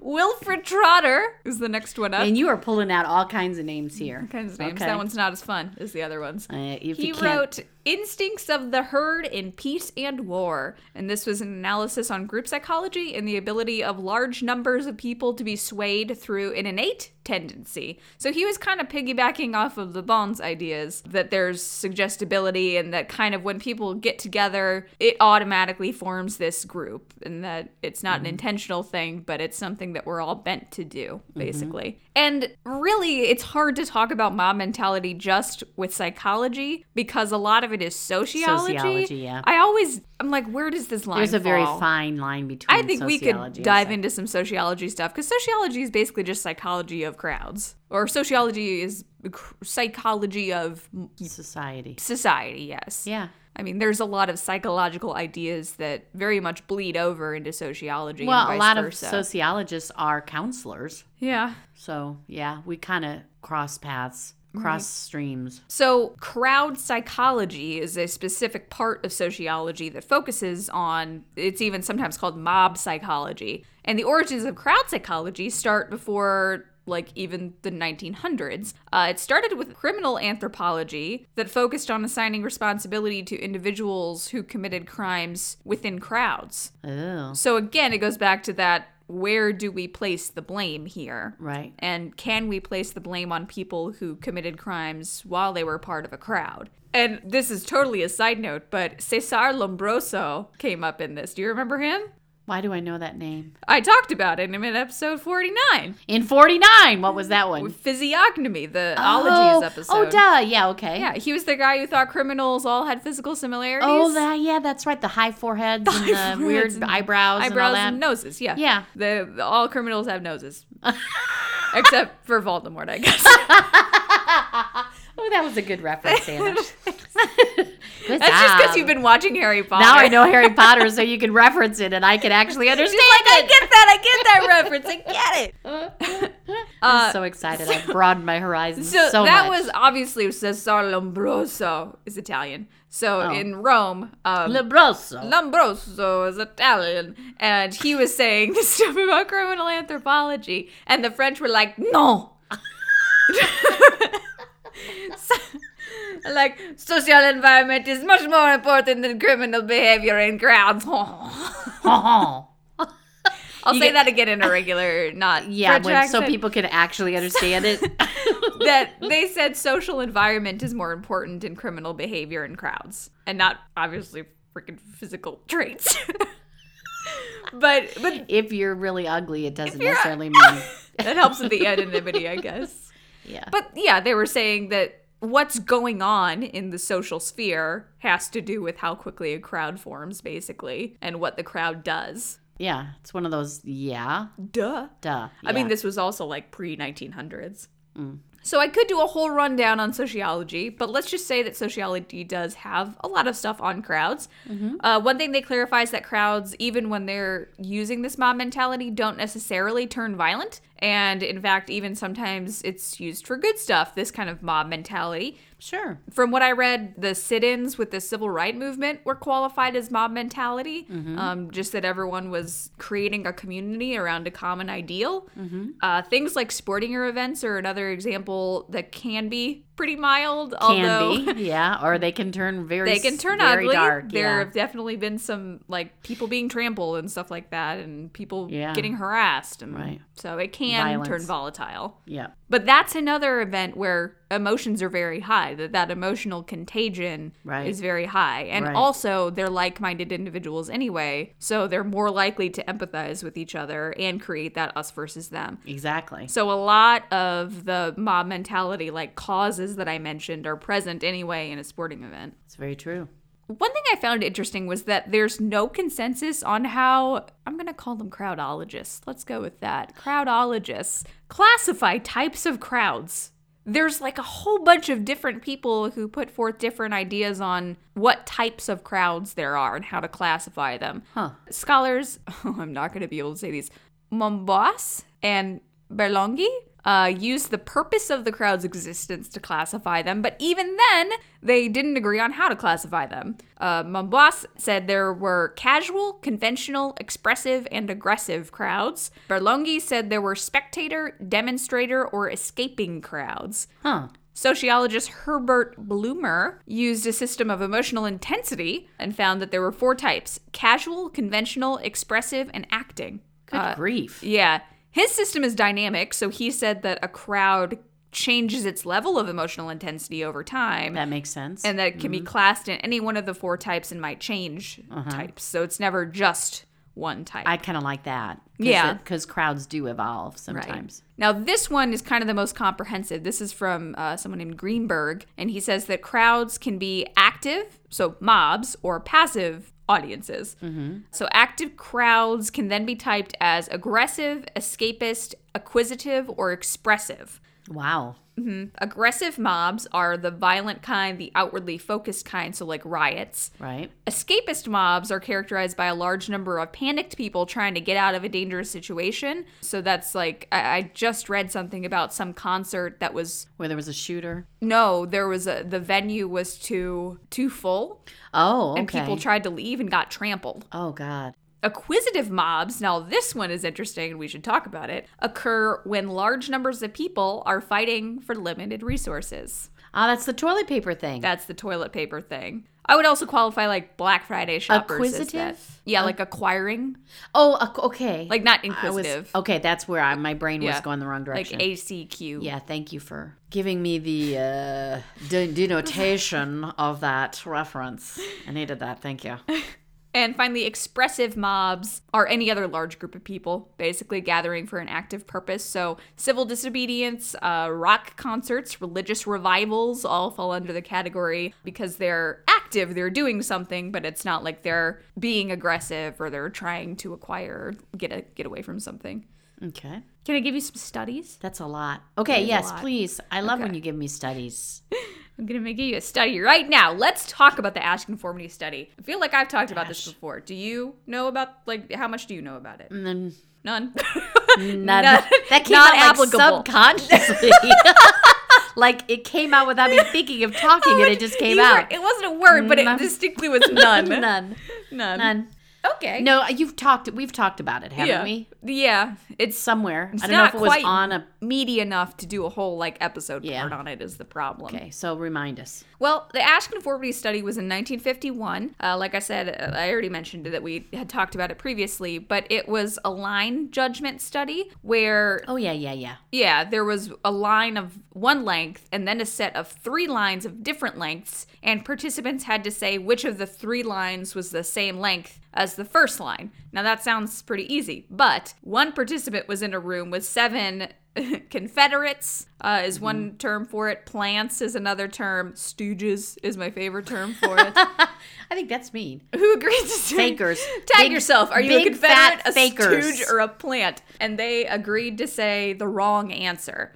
Speaker 2: Wilfred Trotter is the next one up.
Speaker 1: and you are pulling out all kinds of names here. All
Speaker 2: Kinds of names. That one's not as fun as the other ones.
Speaker 1: Uh, if
Speaker 2: He
Speaker 1: you can't-
Speaker 2: wrote Instincts of the Herd in Peace and War, and this was an analysis on group psychology and the ability of large numbers of people to be swayed through an innate tendency. So he was kind of piggybacking off of the Bond's ideas that there's suggestibility and that kind of when people get together, it automatically forms this group, and that it's not
Speaker 1: Mm-hmm.
Speaker 2: an intentional thing, but it's something that we're all bent to do,
Speaker 1: Mm-hmm.
Speaker 2: basically. And really, it's hard to talk about mob mentality just with psychology because a lot of it is sociology.
Speaker 1: Sociology, yeah.
Speaker 2: I always, I'm like, where does this line
Speaker 1: There's a very
Speaker 2: fall?
Speaker 1: fine line between.
Speaker 2: I think we could
Speaker 1: sociology and
Speaker 2: dive
Speaker 1: psych-
Speaker 2: into some sociology stuff because sociology is basically just psychology of crowds, or sociology is cr- psychology of
Speaker 1: society.
Speaker 2: society. Yes.
Speaker 1: Yeah.
Speaker 2: I mean, there's a lot of psychological ideas that very much bleed over into sociology. and
Speaker 1: Well, a
Speaker 2: vice
Speaker 1: lot of
Speaker 2: versa.
Speaker 1: sociologists are counselors,
Speaker 2: yeah.
Speaker 1: so yeah, we kind of cross paths,
Speaker 2: Mm-hmm.
Speaker 1: cross streams.
Speaker 2: So, crowd psychology is a specific part of sociology that focuses on, it's even sometimes called mob psychology. And the origins of crowd psychology start before. Like even the 1900s. Uh, it started with criminal anthropology that focused on assigning responsibility to individuals who committed crimes within crowds.
Speaker 1: Oh,
Speaker 2: So again, it goes back to that where do we place the blame here?
Speaker 1: right.
Speaker 2: And can we place the blame on people who committed crimes while they were part of a crowd? And this is totally a side note, but Cesar Lombroso came up in this. Do you remember him?
Speaker 1: Why do I know that name?
Speaker 2: I talked about it in episode 49,
Speaker 1: In 49, what was that one?
Speaker 2: physiognomy, the ologies episode.
Speaker 1: Oh, duh. Yeah, okay.
Speaker 2: Yeah, he was the guy who thought criminals all had physical similarities.
Speaker 1: Oh, that, yeah, that's right. The high foreheads and the
Speaker 2: foreheads
Speaker 1: weird
Speaker 2: and
Speaker 1: eyebrows,
Speaker 2: eyebrows and,
Speaker 1: and Oh, all that.
Speaker 2: noses. Yeah,
Speaker 1: Yeah.
Speaker 2: The, the- all criminals have noses, except for Voldemort, I guess.
Speaker 1: Um, oh, that was a good reference, Anna. Good
Speaker 2: That's just because
Speaker 1: job.
Speaker 2: you've been watching Harry Potter.
Speaker 1: Now I know Harry Potter, so you can reference it, and I can actually understand.
Speaker 2: She's like, I get that, I get that reference, I get it.
Speaker 1: I'm so excited! I've broadened my horizons
Speaker 2: uh, So,
Speaker 1: so,
Speaker 2: that
Speaker 1: much.
Speaker 2: was obviously Cesare Lombroso is Italian. So in Rome, um,
Speaker 1: Libroso.
Speaker 2: Lombroso is Italian, and he was saying this stuff about criminal anthropology, and the French were like, "No." So- like social environment is much more important than criminal behavior and grounds. I'll
Speaker 3: You
Speaker 2: say
Speaker 3: get-
Speaker 2: that again in a regular, not
Speaker 1: yeah,
Speaker 2: French
Speaker 1: when, so
Speaker 2: accent.
Speaker 1: people can actually understand it.
Speaker 2: that they said social environment is more important than criminal behavior and crowds, and not obviously freaking physical traits. but but
Speaker 1: if you're really ugly, it doesn't
Speaker 2: you're-
Speaker 1: necessarily mean.
Speaker 2: that helps with the anonymity, I guess.
Speaker 1: Yeah.
Speaker 2: But yeah, they were saying that what's going on in the social sphere has to do with how quickly a crowd forms, basically, and what the crowd does.
Speaker 1: yeah, it's one of those. Yeah,
Speaker 2: Duh.
Speaker 1: duh.
Speaker 2: I mean,
Speaker 1: yeah.
Speaker 2: this was also like pre 1900s. So I could do a whole rundown on sociology, but let's just say that sociology does have a lot of stuff on crowds. Uh, one thing they clarify is that crowds, even when they're using this mob mentality, don't necessarily turn violent. And in fact, even sometimes it's used for good stuff, this kind of mob mentality
Speaker 1: Sure.
Speaker 2: from what I read, the sit-ins with the civil rights movement were qualified as mob mentality. Um, just that everyone was creating a community around a common ideal. Uh, things like sporting or events are another example that can be pretty mild, although
Speaker 1: Can be. Yeah, or they can turn very.
Speaker 2: they can turn
Speaker 1: very
Speaker 2: ugly.
Speaker 1: Dark.
Speaker 2: there
Speaker 1: yeah.
Speaker 2: have definitely been some like people being trampled and stuff like that, and people
Speaker 1: Yeah.
Speaker 2: getting harassed, and
Speaker 1: Right.
Speaker 2: so it can turn
Speaker 1: Violence.
Speaker 2: volatile.
Speaker 1: Yeah.
Speaker 2: But that's another event where emotions are very high. That that emotional contagion
Speaker 1: Right.
Speaker 2: is very high, and
Speaker 1: Right.
Speaker 2: also they're like-minded individuals anyway, so they're more likely to empathize with each other and create that us versus them.
Speaker 1: Exactly.
Speaker 2: So a lot of the mob mentality, like causes that I mentioned, are present anyway in a sporting event.
Speaker 1: It's very true.
Speaker 2: One thing I found interesting was that there's no consensus on how I'm going to call them crowdologists. Let's go with that. Crowdologists classify types of crowds. There's like a whole bunch of different people who put forth different ideas on what types of crowds there are and how to classify them.
Speaker 1: Huh.
Speaker 2: Scholars, I'm not going to be able to say these, Mombas and Berlonghi uh, used the purpose of the crowd's existence to classify them, but even then, they didn't agree on how to classify them. Uh, Mombas said there were casual, conventional, expressive, and aggressive crowds. Berlonghi said there were spectator, demonstrator, or escaping crowds.
Speaker 1: Huh.
Speaker 2: Sociologist Herbert Bloomer used a system of emotional intensity and found that there were four types casual, conventional, expressive, and acting.
Speaker 1: Good
Speaker 2: Uh,
Speaker 1: grief.
Speaker 2: Yeah. His system is dynamic, so he said that a crowd changes its level of emotional intensity over time
Speaker 1: That makes sense.
Speaker 2: and that it can be classed in any one of the four types and might change types. So it's never just one type.
Speaker 1: I kind of like that.
Speaker 2: Yeah.
Speaker 1: Because crowds do evolve
Speaker 2: Right.
Speaker 1: sometimes.
Speaker 2: Now, this one is kind of the most comprehensive. This is from uh, someone named Greenberg, and he says that crowds can be active, so mobs, or passive audiences. So, active crowds can then be typed as aggressive, escapist, acquisitive, or expressive.
Speaker 1: Wow.
Speaker 2: Aggressive mobs are the violent kind, the outwardly focused kind, so like riots.
Speaker 1: Right.
Speaker 2: Escapist mobs are characterized by a large number of panicked people trying to get out of a dangerous situation. So that's like, I, I just read something about some concert that was
Speaker 1: Where there was a shooter.
Speaker 2: no, there was a the venue was too too full,
Speaker 1: Oh, okay.
Speaker 2: and people tried to leave and got trampled.
Speaker 1: oh, God.
Speaker 2: Acquisitive mobs, now this one is interesting and we should talk about it, occur when large numbers of people are fighting for limited resources.
Speaker 1: Ah, that's the toilet paper thing.
Speaker 2: That's the toilet paper thing. I would also qualify like Black Friday shoppers. as
Speaker 1: Acquisitive?
Speaker 2: that. Yeah, like acquiring.
Speaker 1: oh, ac- okay.
Speaker 2: Like not
Speaker 1: I was,
Speaker 2: inquisitive.
Speaker 1: okay, that's where I, my brain was
Speaker 2: Yeah.
Speaker 1: going the wrong
Speaker 2: like
Speaker 1: direction.
Speaker 2: ACQ.
Speaker 1: yeah, thank you for giving me the uh, de- denotation of that reference. I needed that. Thank you.
Speaker 2: And finally, expressive mobs are any other large group of people basically gathering for an active purpose. So, civil disobedience, uh, rock concerts, religious revivals all fall under the category because they're active, they're doing something, but it's not like they're being aggressive or they're trying to acquire, get, a, get away from something.
Speaker 1: Okay.
Speaker 2: Can I give you some studies?
Speaker 1: That's a lot. Okay,
Speaker 2: a
Speaker 1: yes,
Speaker 2: lot.
Speaker 1: please. I love when
Speaker 2: Okay.
Speaker 1: you give me studies.
Speaker 2: I'm going to give you a study right now. Let's talk about the ash conformity study. I feel like I've talked about this
Speaker 1: Ash. Mm.
Speaker 2: before. Do you know about like how much do you know about it?
Speaker 1: And then
Speaker 2: None.
Speaker 1: none.
Speaker 2: Not-
Speaker 1: that came
Speaker 2: not
Speaker 1: out like,
Speaker 2: applicable.
Speaker 1: subconsciously. like it came out without me thinking of talking and it just came
Speaker 2: You were-
Speaker 1: out.
Speaker 2: it wasn't a word, but it
Speaker 1: None.
Speaker 2: distinctly was none.
Speaker 1: none.
Speaker 2: None.
Speaker 1: None.
Speaker 2: Okay.
Speaker 1: No, you've talked we've talked about it, haven't
Speaker 2: Yeah.
Speaker 1: we?
Speaker 2: Yeah. It's
Speaker 1: Somewhere. I don't know
Speaker 2: not
Speaker 1: if it was
Speaker 2: quite-
Speaker 1: on a
Speaker 2: meaty enough to do a whole like episode
Speaker 1: Yeah.
Speaker 2: part on it is the problem.
Speaker 1: Okay, so remind us.
Speaker 2: Well, the Ash Conformity Study was in 1951. Uh, like I said, uh, I already mentioned that we had talked about it previously, but it was a line judgment study where
Speaker 1: Oh yeah, yeah, yeah.
Speaker 2: Yeah, there was a line of one length and then a set of three lines of different lengths, and participants had to say which of the three lines was the same length as the first line. Now, that sounds pretty easy, but one participant was in a room with seven. Confederates uh, is one term for it. Plants is another term. Stooges is my favorite term for it.
Speaker 1: I think that's mean.
Speaker 2: Who agreed to say
Speaker 1: Fakers.
Speaker 2: Tag
Speaker 1: Big-
Speaker 2: yourself. Are you a
Speaker 1: big,
Speaker 2: Confederate,
Speaker 1: fat
Speaker 2: a
Speaker 1: fakers.
Speaker 2: stooge, or a plant? And they agreed to say the wrong answer.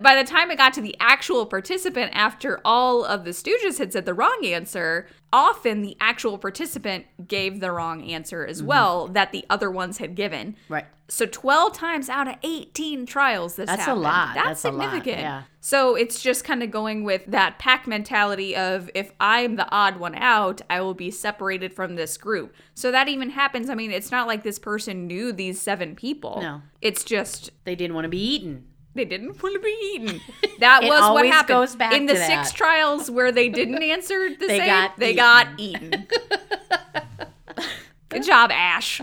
Speaker 2: By the time it got to the actual participant, after all of the stooges had said the wrong answer, often the actual participant gave the wrong answer
Speaker 1: Mm-hmm.
Speaker 2: as well that the other ones had given.
Speaker 1: Right.
Speaker 2: So 12 times out of 18 trials this
Speaker 1: That's a
Speaker 2: happened.
Speaker 1: lot.
Speaker 2: That's,
Speaker 1: That's a lot,
Speaker 2: significant.
Speaker 1: yeah.
Speaker 2: So it's just kind of going with that pack mentality of if I'm the odd one out, I will be separated from this group. So that even happens. I mean, it's not like this person knew these seven people.
Speaker 1: No.
Speaker 2: It's just
Speaker 1: They didn't want to be eaten.
Speaker 2: they didn't want to be eaten. That
Speaker 1: It
Speaker 2: was what
Speaker 1: always
Speaker 2: happened.
Speaker 1: goes back
Speaker 2: In the
Speaker 1: to
Speaker 2: six
Speaker 1: that.
Speaker 2: trials where they didn't answer the
Speaker 1: They
Speaker 2: same,
Speaker 1: got
Speaker 2: they
Speaker 1: eaten.
Speaker 2: got eaten. Good job, Ash.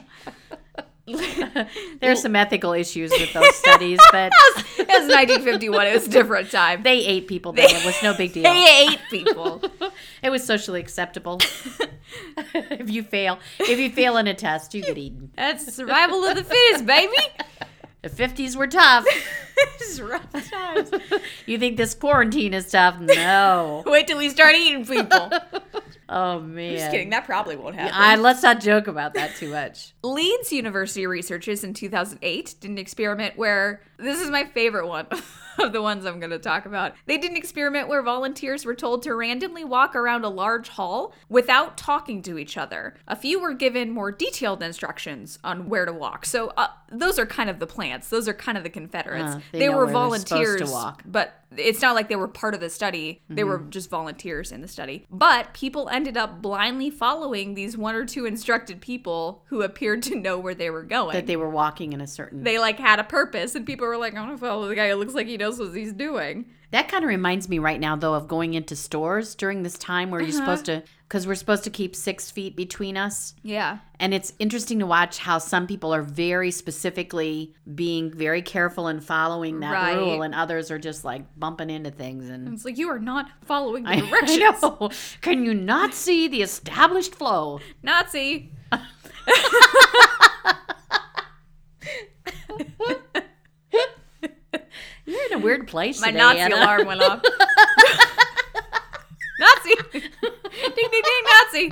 Speaker 1: There's some ethical issues with those studies, but
Speaker 2: It was 1951. It was a different time.
Speaker 1: they ate people then. It was no big deal.
Speaker 2: They ate people.
Speaker 1: It was socially acceptable. if you fail, if you fail in a test, you get eaten.
Speaker 2: That's survival of the fittest, baby.
Speaker 1: The 50s were tough.
Speaker 2: It's rough times.
Speaker 1: You think this quarantine is tough? No.
Speaker 2: Wait till we start eating people.
Speaker 1: Oh man.
Speaker 2: Just kidding. That probably won't happen.
Speaker 1: I, let's not joke about that too much.
Speaker 2: Leeds University researchers in 2008 did an experiment where this is my favorite one of the ones I'm going to talk about. They did an experiment where volunteers were told to randomly walk around a large hall without talking to each other. A few were given more detailed instructions on where to walk. So uh, those are kind of the plants. Those are kind of the Confederates.
Speaker 1: Uh,
Speaker 2: they
Speaker 1: they know
Speaker 2: were
Speaker 1: where they're supposed to
Speaker 2: volunteers,
Speaker 1: walk. Mm-hmm.
Speaker 2: but it's not like they were part of the study. They were just volunteers in the study. But people ended up blindly following these one or two instructed people who appeared to know where they were going.
Speaker 1: That they were walking in a certain.
Speaker 2: they like had a purpose, and people were like, "I'm gonna follow the guy who looks like he knows what he's doing."
Speaker 1: that kind of reminds me right now though of going into stores during this time where you're
Speaker 2: Uh-huh.
Speaker 1: supposed to, because we're supposed to keep six feet between us.
Speaker 2: Yeah,
Speaker 1: And it's interesting to watch how some people are very specifically being very careful and following that
Speaker 2: Right.
Speaker 1: rule, and others are just like bumping into things. And
Speaker 2: it's like you are not following the
Speaker 1: I,
Speaker 2: directions,
Speaker 1: I know. Can you not see the established flow?
Speaker 2: Nazi.
Speaker 1: You're in a weird place.
Speaker 2: My
Speaker 1: today,
Speaker 2: Nazi
Speaker 1: Anna.
Speaker 2: alarm went off. Nazi, ding ding ding, Nazi.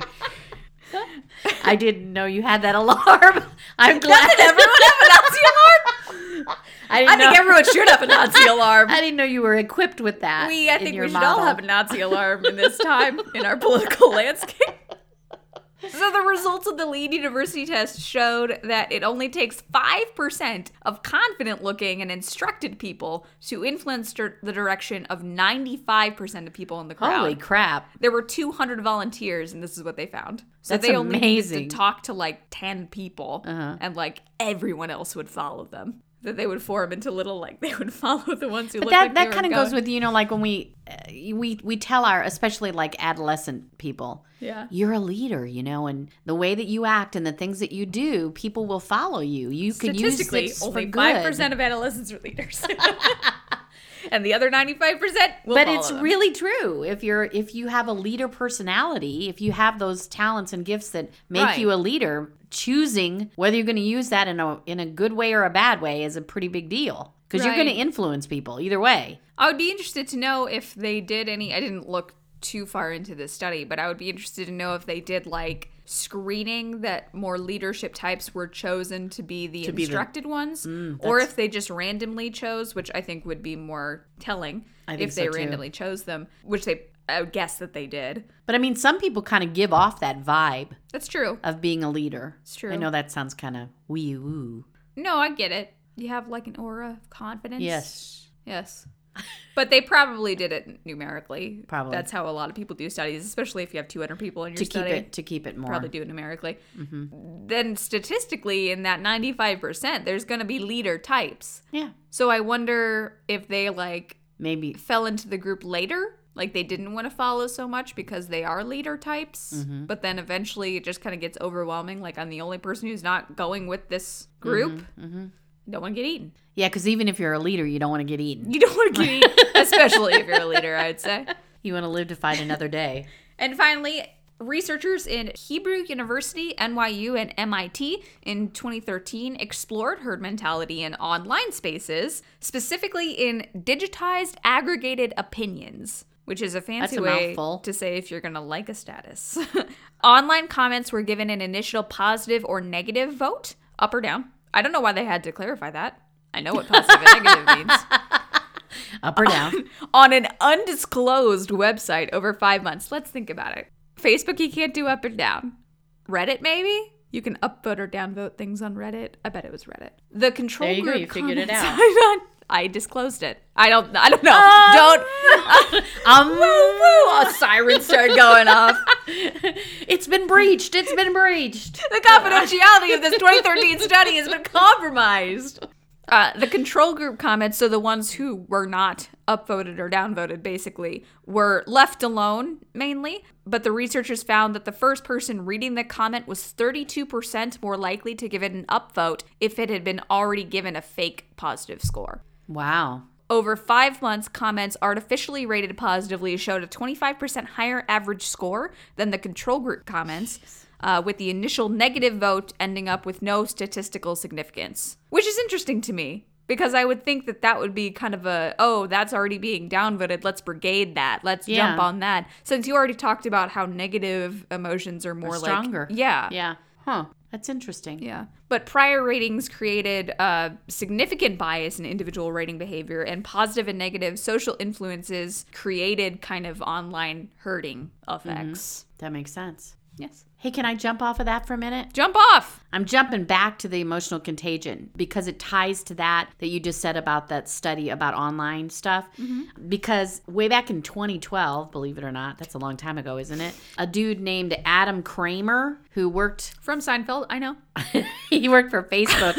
Speaker 1: I didn't know you had that alarm. I'm glad
Speaker 2: Doesn't everyone have a Nazi alarm?
Speaker 1: I didn't
Speaker 2: I think
Speaker 1: know.
Speaker 2: everyone should have a Nazi alarm.
Speaker 1: I didn't know you were equipped with that.
Speaker 2: We, I
Speaker 1: in
Speaker 2: think we
Speaker 1: your
Speaker 2: should all
Speaker 1: model.
Speaker 2: have a Nazi alarm in this time in our political landscape. So the results of the Lead University test showed that it only takes 5% of confident-looking and instructed people to influence dir- the direction of 95% of people in the crowd.
Speaker 1: Holy crap!
Speaker 2: There were 200 volunteers, and this is what they found. So
Speaker 1: That's
Speaker 2: they only needed
Speaker 1: amazing.
Speaker 2: to talk to like 10 people, and like everyone else would follow them. That they would form into little like they would follow the ones who
Speaker 1: But
Speaker 2: looked
Speaker 1: that
Speaker 2: like
Speaker 1: that kind of goes with you know like when we uh, we we tell our especially like adolescent people.
Speaker 2: yeah
Speaker 1: You're a leader, you know, and the way that you act and the things that you do, people will follow you. You can use
Speaker 2: statistically
Speaker 1: this
Speaker 2: only
Speaker 1: for
Speaker 2: five
Speaker 1: good.
Speaker 2: percent of adolescents are leaders. and the other 95% will
Speaker 1: but
Speaker 2: follow
Speaker 1: it's
Speaker 2: them.
Speaker 1: really true if you're if you have a leader personality if you have those talents and gifts that make
Speaker 2: Right.
Speaker 1: you a leader choosing whether you're going to use that in a in a good way or a bad way is a pretty big deal because you're going
Speaker 2: Right.
Speaker 1: to influence people either way
Speaker 2: I would be interested to know if they did any. I didn't look too far into this study, but I would be interested to know if they did like screening that more leadership types were chosen to be the
Speaker 1: be the- Mm,
Speaker 2: instructed ones, or if they just randomly chose, which I think would be more telling
Speaker 1: I think
Speaker 2: if they
Speaker 1: so, too.
Speaker 2: randomly chose them, which they I would guess that they did.
Speaker 1: but i mean some people kind of give off that vibe
Speaker 2: That's true.
Speaker 1: of being a leader it's
Speaker 2: true.
Speaker 1: i know that sounds kind of wee woo
Speaker 2: No, I get it. You have like an aura of confidence.
Speaker 1: yes
Speaker 2: Yes. But they probably did it numerically.
Speaker 1: Probably.
Speaker 2: That's how a lot of people do studies, especially if you have 200 people in your
Speaker 1: to keep
Speaker 2: study.
Speaker 1: it Mm-hmm. to keep it more
Speaker 2: probably do it numerically. Then statistically, in that 95%, there's going to be leader types.
Speaker 1: yeah
Speaker 2: So I wonder if they like
Speaker 1: maybe
Speaker 2: fell into the group later, like they didn't want to follow so much because they are leader types.
Speaker 1: Mm-hmm.
Speaker 2: But then eventually it just kind of gets overwhelming. Like I'm the only person who's not going with this group.
Speaker 1: Mm-hmm.
Speaker 2: Don't want to get eaten.
Speaker 1: yeah because even if you're a leader you don't want to get eaten
Speaker 2: You don't want to get eaten, especially if you're a leader, I would say.
Speaker 1: you want to live to fight another day
Speaker 2: And finally, researchers in Hebrew University, NYU, and MIT in 2013 explored herd mentality in online spaces, specifically in digitized aggregated opinions. Which is a fancy
Speaker 1: a
Speaker 2: way
Speaker 1: mouthful.
Speaker 2: to say if you're gonna like a status. Online comments were given an initial positive or negative vote, up or down. I don't know why they had to clarify that. I know what positive and negative means
Speaker 1: up or down
Speaker 2: on an undisclosed website over five months. Let's think about it. Facebook, you can't do up or down. Reddit, maybe? You can upvote or downvote things on Reddit. I bet it was Reddit. The control
Speaker 1: There you go,
Speaker 2: group
Speaker 1: you figured it
Speaker 2: comments-
Speaker 1: out.
Speaker 2: I don't- I disclosed it. I don't. I don't know. don't.
Speaker 1: um
Speaker 2: a siren started going off.
Speaker 1: It's been breached. It's been breached.
Speaker 2: The confidentiality of this 2013 study has been compromised. Uh, the control group comments, so the ones who were not upvoted or downvoted, basically, were left alone mainly. But the researchers found that the first person reading the comment was 32% more likely to give it an upvote if it had been already given a fake positive score.
Speaker 1: Wow.
Speaker 2: Over five months, comments artificially rated positively showed a 25% higher average score than the control group comments, uh, with the initial negative vote ending up with no statistical significance, which is interesting to me because I would think that that would be kind of a, oh, that's already being downvoted. Let's brigade that. Let's
Speaker 1: Yeah.
Speaker 2: jump on that. Since you already talked about how negative emotions are more like
Speaker 1: stronger.
Speaker 2: Yeah.
Speaker 1: Yeah. Huh. That's interesting.
Speaker 2: Yeah. But prior ratings created uh, significant bias in individual rating behavior, and positive and negative social influences created kind of online herding effects.
Speaker 1: That makes sense.
Speaker 2: Yes.
Speaker 1: Hey, can I jump off of that for a minute?
Speaker 2: Jump off.
Speaker 1: I'm jumping back to the emotional contagion because it ties to that that you just said about that study about online stuff.
Speaker 2: Mm-hmm.
Speaker 1: Because way back in 2012, believe it or not, that's a long time ago, isn't it? A dude named Adam Kramer who worked
Speaker 2: From Seinfeld, I know.
Speaker 1: he worked for Facebook.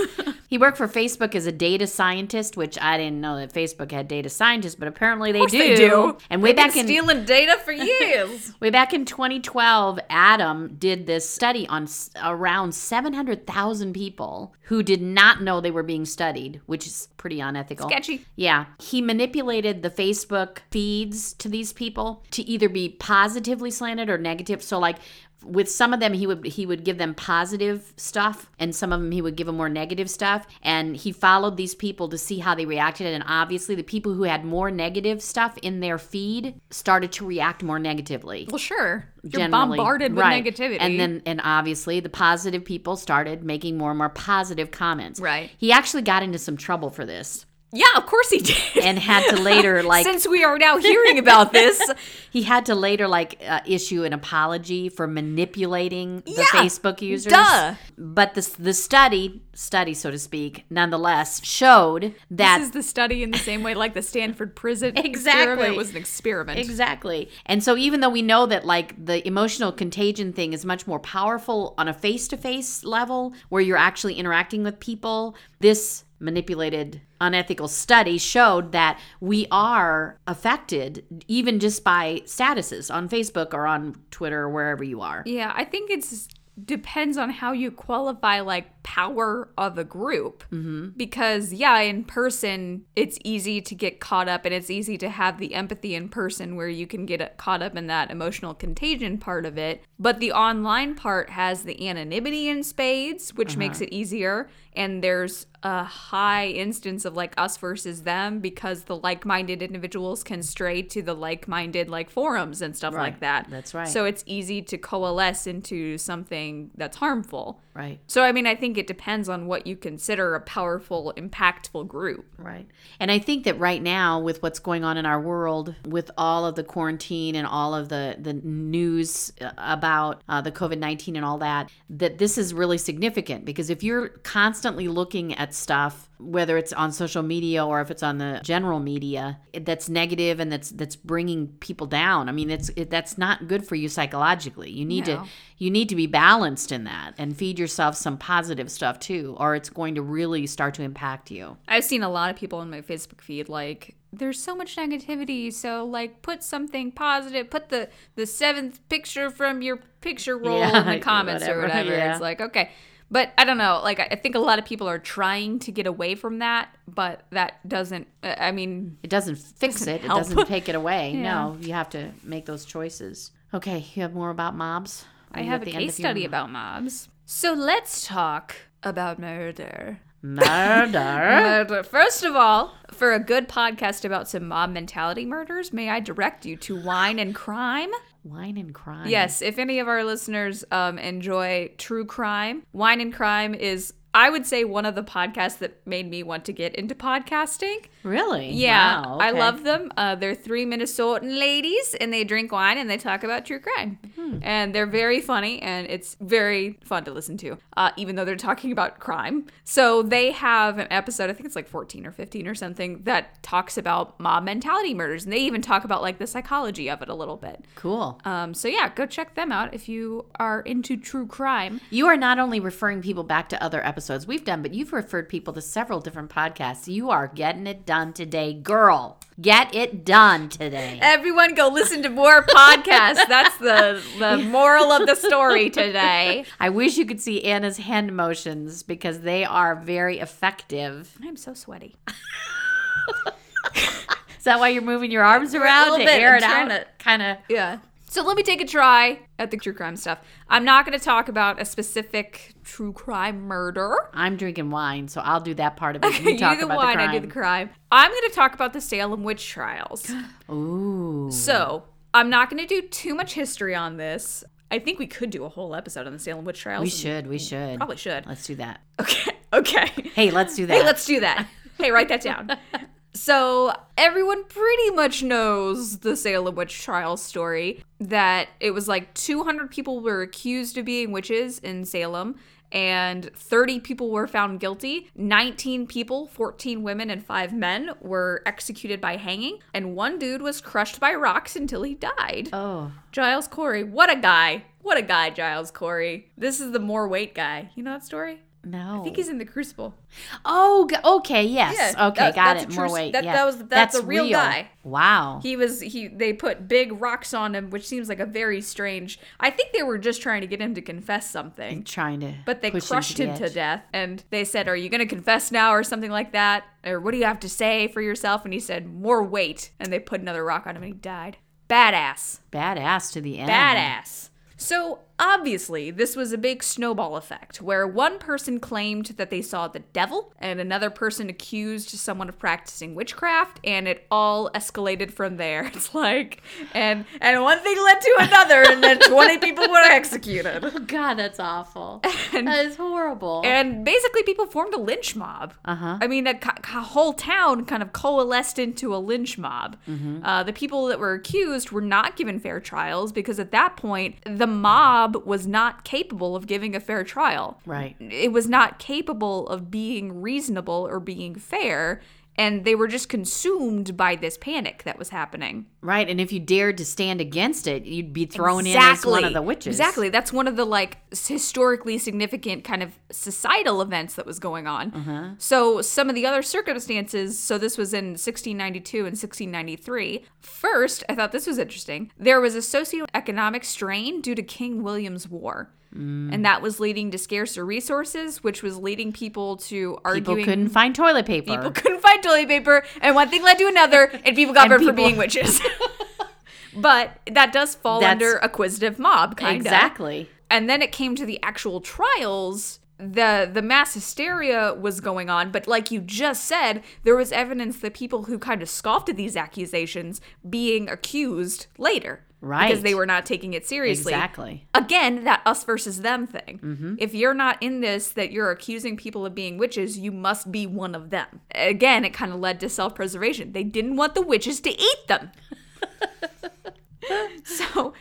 Speaker 1: he worked for Facebook as a data scientist, which I didn't know that Facebook had data scientists, but apparently they do.
Speaker 2: they do.
Speaker 1: And way back in
Speaker 2: Stealing data for years.
Speaker 1: Way back in 2012, Adam did this study on s- around 700,000 people who did not know they were being studied, which is pretty unethical.
Speaker 2: Sketchy.
Speaker 1: Yeah. He manipulated the Facebook feeds to these people to either be positively slanted or negative. So like with some of them he would he would give them positive stuff and some of them he would give them more negative stuff and he followed these people to see how they reacted and obviously the people who had more negative stuff in their feed started to react more negatively
Speaker 2: Well, sure. You're
Speaker 1: generally.
Speaker 2: bombarded with
Speaker 1: Right.
Speaker 2: negativity.
Speaker 1: And then and obviously the positive people started making more and more positive comments.
Speaker 2: Right.
Speaker 1: He actually got into some trouble for this
Speaker 2: yeah, of course he did.
Speaker 1: and had to later like
Speaker 2: Since we are now hearing about this,
Speaker 1: he had to later like uh, issue an apology for manipulating the
Speaker 2: Yeah,
Speaker 1: Facebook users.
Speaker 2: duh.
Speaker 1: But the the study study so to speak nonetheless showed that
Speaker 2: this is the study in the same way like the Stanford prison
Speaker 1: Exactly.
Speaker 2: experiment was an experiment.
Speaker 1: Exactly. And so even though we know that like the emotional contagion thing is much more powerful on a face-to-face level where you're actually interacting with people, this manipulated unethical study showed that we are affected even just by statuses on Facebook or on Twitter or wherever you are.
Speaker 2: Yeah, I think it's depends on how you qualify like power of a group because yeah in person it's easy to get caught up and it's easy to have the empathy in person where you can get caught up in that emotional contagion part of it but the online part has the anonymity in spades which
Speaker 1: Uh-huh.
Speaker 2: makes it easier and there's a high instance of like us versus them because the like-minded individuals can stray to the like-minded like forums and stuff like
Speaker 1: Right.
Speaker 2: that
Speaker 1: That's right.
Speaker 2: so it's easy to coalesce into something that's harmful
Speaker 1: Right.
Speaker 2: so, I mean, I think it depends on what you consider a powerful, impactful group.
Speaker 1: Right. And I think that right now with what's going on in our world with all of the quarantine and all of the the news uh, about uh, the COVID-19 and all that that this is really significant because if you're constantly looking at stuff whether it's on social media or if it's on the general media that's negative and that's that's bringing people down. I mean, it's it, that's not good for you psychologically. You need
Speaker 2: No.
Speaker 1: to you need to be balanced in that and feed yourself some positive stuff too or it's going to really start to impact you.
Speaker 2: I've seen a lot of people in my Facebook feed like, there's so much negativity, so like put something positive, put the the seventh picture from your picture roll
Speaker 1: Yeah,
Speaker 2: in the comments or
Speaker 1: whatever,
Speaker 2: whatever.
Speaker 1: yeah.
Speaker 2: It's like, okay. But I don't know, like I I think a lot of people are trying to get away from that, but that doesn't uh, I I mean,
Speaker 1: It doesn't fix it.
Speaker 2: help.
Speaker 1: It doesn't take it away. No, you have to make those choices. Okay, you have more about mobs. Are
Speaker 2: I
Speaker 1: you
Speaker 2: have
Speaker 1: at
Speaker 2: a
Speaker 1: the end
Speaker 2: case
Speaker 1: of your
Speaker 2: study about mobs. So let's talk about murder.
Speaker 1: murder.
Speaker 2: Murder. First of all, for a good podcast about some mob mentality murders, may I direct you to Wine and Crime?
Speaker 1: Wine and crime.
Speaker 2: Yes, if any of our listeners um, enjoy true crime, Wine and Crime is, I would say, one of the podcasts that made me want to get into podcasting.
Speaker 1: Really?
Speaker 2: Yeah,
Speaker 1: Wow,
Speaker 2: I
Speaker 1: okay.
Speaker 2: love them. Uh, they're three Minnesotan ladies, and they drink wine and they talk about true crime, and they're very funny, and it's very fun to listen to, uh, even though they're talking about crime. So they have an episode, I think it's like 14 or 15 or something, that talks about mob mentality murders, and they even talk about like the psychology of it a little bit.
Speaker 1: Cool.
Speaker 2: Um, so yeah, go check them out if you are into true crime.
Speaker 1: You are not only referring people back to other episodes we've done, but you've referred people to several different podcasts. You are getting it done today, girl. Get it done today.
Speaker 2: Everyone go listen to more podcasts. That's the the moral of the story today.
Speaker 1: I wish you could see Anna's hand motions because they are very effective.
Speaker 2: I'm so sweaty.
Speaker 1: Is that why you're moving your arms around to
Speaker 2: little bit,
Speaker 1: air
Speaker 2: I'm
Speaker 1: it
Speaker 2: trying
Speaker 1: out?
Speaker 2: to-
Speaker 1: Kind of
Speaker 2: Yeah. So let me take a try at the true crime stuff. I'm not going to talk about a specific true crime murder.
Speaker 1: I'm drinking wine, so I'll do that part of it. You talk
Speaker 2: do the
Speaker 1: about
Speaker 2: wine,
Speaker 1: the crime.
Speaker 2: I do the crime. I'm going to talk about the Salem witch trials.
Speaker 1: Ooh,
Speaker 2: so I'm not going to do too much history on this. I think we could do a whole episode on the Salem witch trials.
Speaker 1: we should, we should.
Speaker 2: Probably should.
Speaker 1: Let's do that.
Speaker 2: Okay. Okay.
Speaker 1: Hey, let's do that.
Speaker 2: Hey, let's do that. hey, write that down. So, everyone pretty much knows the Salem witch trial story that it was like 200 people were accused of being witches in Salem and 30 people were found guilty. 19 people, 14 women and 5 men were executed by hanging and one dude was crushed by rocks until he died.
Speaker 1: Oh,
Speaker 2: Giles Corey, what a guy. What a guy Giles Corey. This is the more weight guy. You know that story?
Speaker 1: no.
Speaker 2: I think he's in the Crucible.
Speaker 1: Oh, g- okay, yes.
Speaker 2: Yeah,
Speaker 1: okay,
Speaker 2: that-
Speaker 1: got
Speaker 2: that's
Speaker 1: it.
Speaker 2: a
Speaker 1: More
Speaker 2: true-
Speaker 1: weight.
Speaker 2: that-
Speaker 1: yeah.
Speaker 2: that was- that's a real guy.
Speaker 1: Wow.
Speaker 2: He was he they put big rocks on him, which seems like a very strange. I think they were just trying to get him to confess something.
Speaker 1: Trying to.
Speaker 2: But they
Speaker 1: push him
Speaker 2: crushed
Speaker 1: the
Speaker 2: him to
Speaker 1: edge.
Speaker 2: death and they said, "Are you going to confess now or something like that? Or what do you have to say for yourself?" And he said, "More weight." And they put another rock on him and he died. Badass.
Speaker 1: Badass to the end.
Speaker 2: Badass. So obviously, this was a big snowball effect where one person claimed that they saw the devil, and another person accused someone of practicing witchcraft, and it all escalated from there. It's like, and and one thing led to another, and then twenty people were executed.
Speaker 1: God, that's awful. that is horrible.
Speaker 2: And basically, people formed a lynch mob.
Speaker 1: Oh. Uh-huh.
Speaker 2: I mean, a, co- co- whole town kind of coalesced into a lynch mob. Uh, the people that were accused were not given fair trials because at that point, the mob was not capable of giving a fair trial.
Speaker 1: right.
Speaker 2: It was not capable of being reasonable or being fair. And they were just consumed by this panic that was happening.
Speaker 1: Right. And if you dared to stand against it, you'd be thrown in as one of the witches.
Speaker 2: Exactly. That's one of the like s- historically significant kind of societal events that was going on.
Speaker 1: Uh-huh.
Speaker 2: So some of the other circumstances, so this was in 1692 and 1693. First, I thought this was interesting. There was a socioeconomic strain due to King William's War.
Speaker 1: Mm.
Speaker 2: And that was leading to scarcer resources, which was leading people to
Speaker 1: People
Speaker 2: arguing.
Speaker 1: couldn't find toilet paper.
Speaker 2: people couldn't find toilet paper, and one thing led to another, and people got
Speaker 1: And
Speaker 2: burned for
Speaker 1: people-
Speaker 2: being witches. but that does fall
Speaker 1: That's-
Speaker 2: under acquisitive mob, kind of.
Speaker 1: exactly.
Speaker 2: And then it came to the actual trials. The the mass hysteria was going on, but like you just said, there was evidence that people who kind of scoffed at these accusations being accused later.
Speaker 1: Right.
Speaker 2: Because they were not taking it seriously
Speaker 1: Exactly.
Speaker 2: again that us versus them thing if you're not in this that you're accusing people of being witches you must be one of them again it kind of led to self-preservation they didn't want the witches to eat them so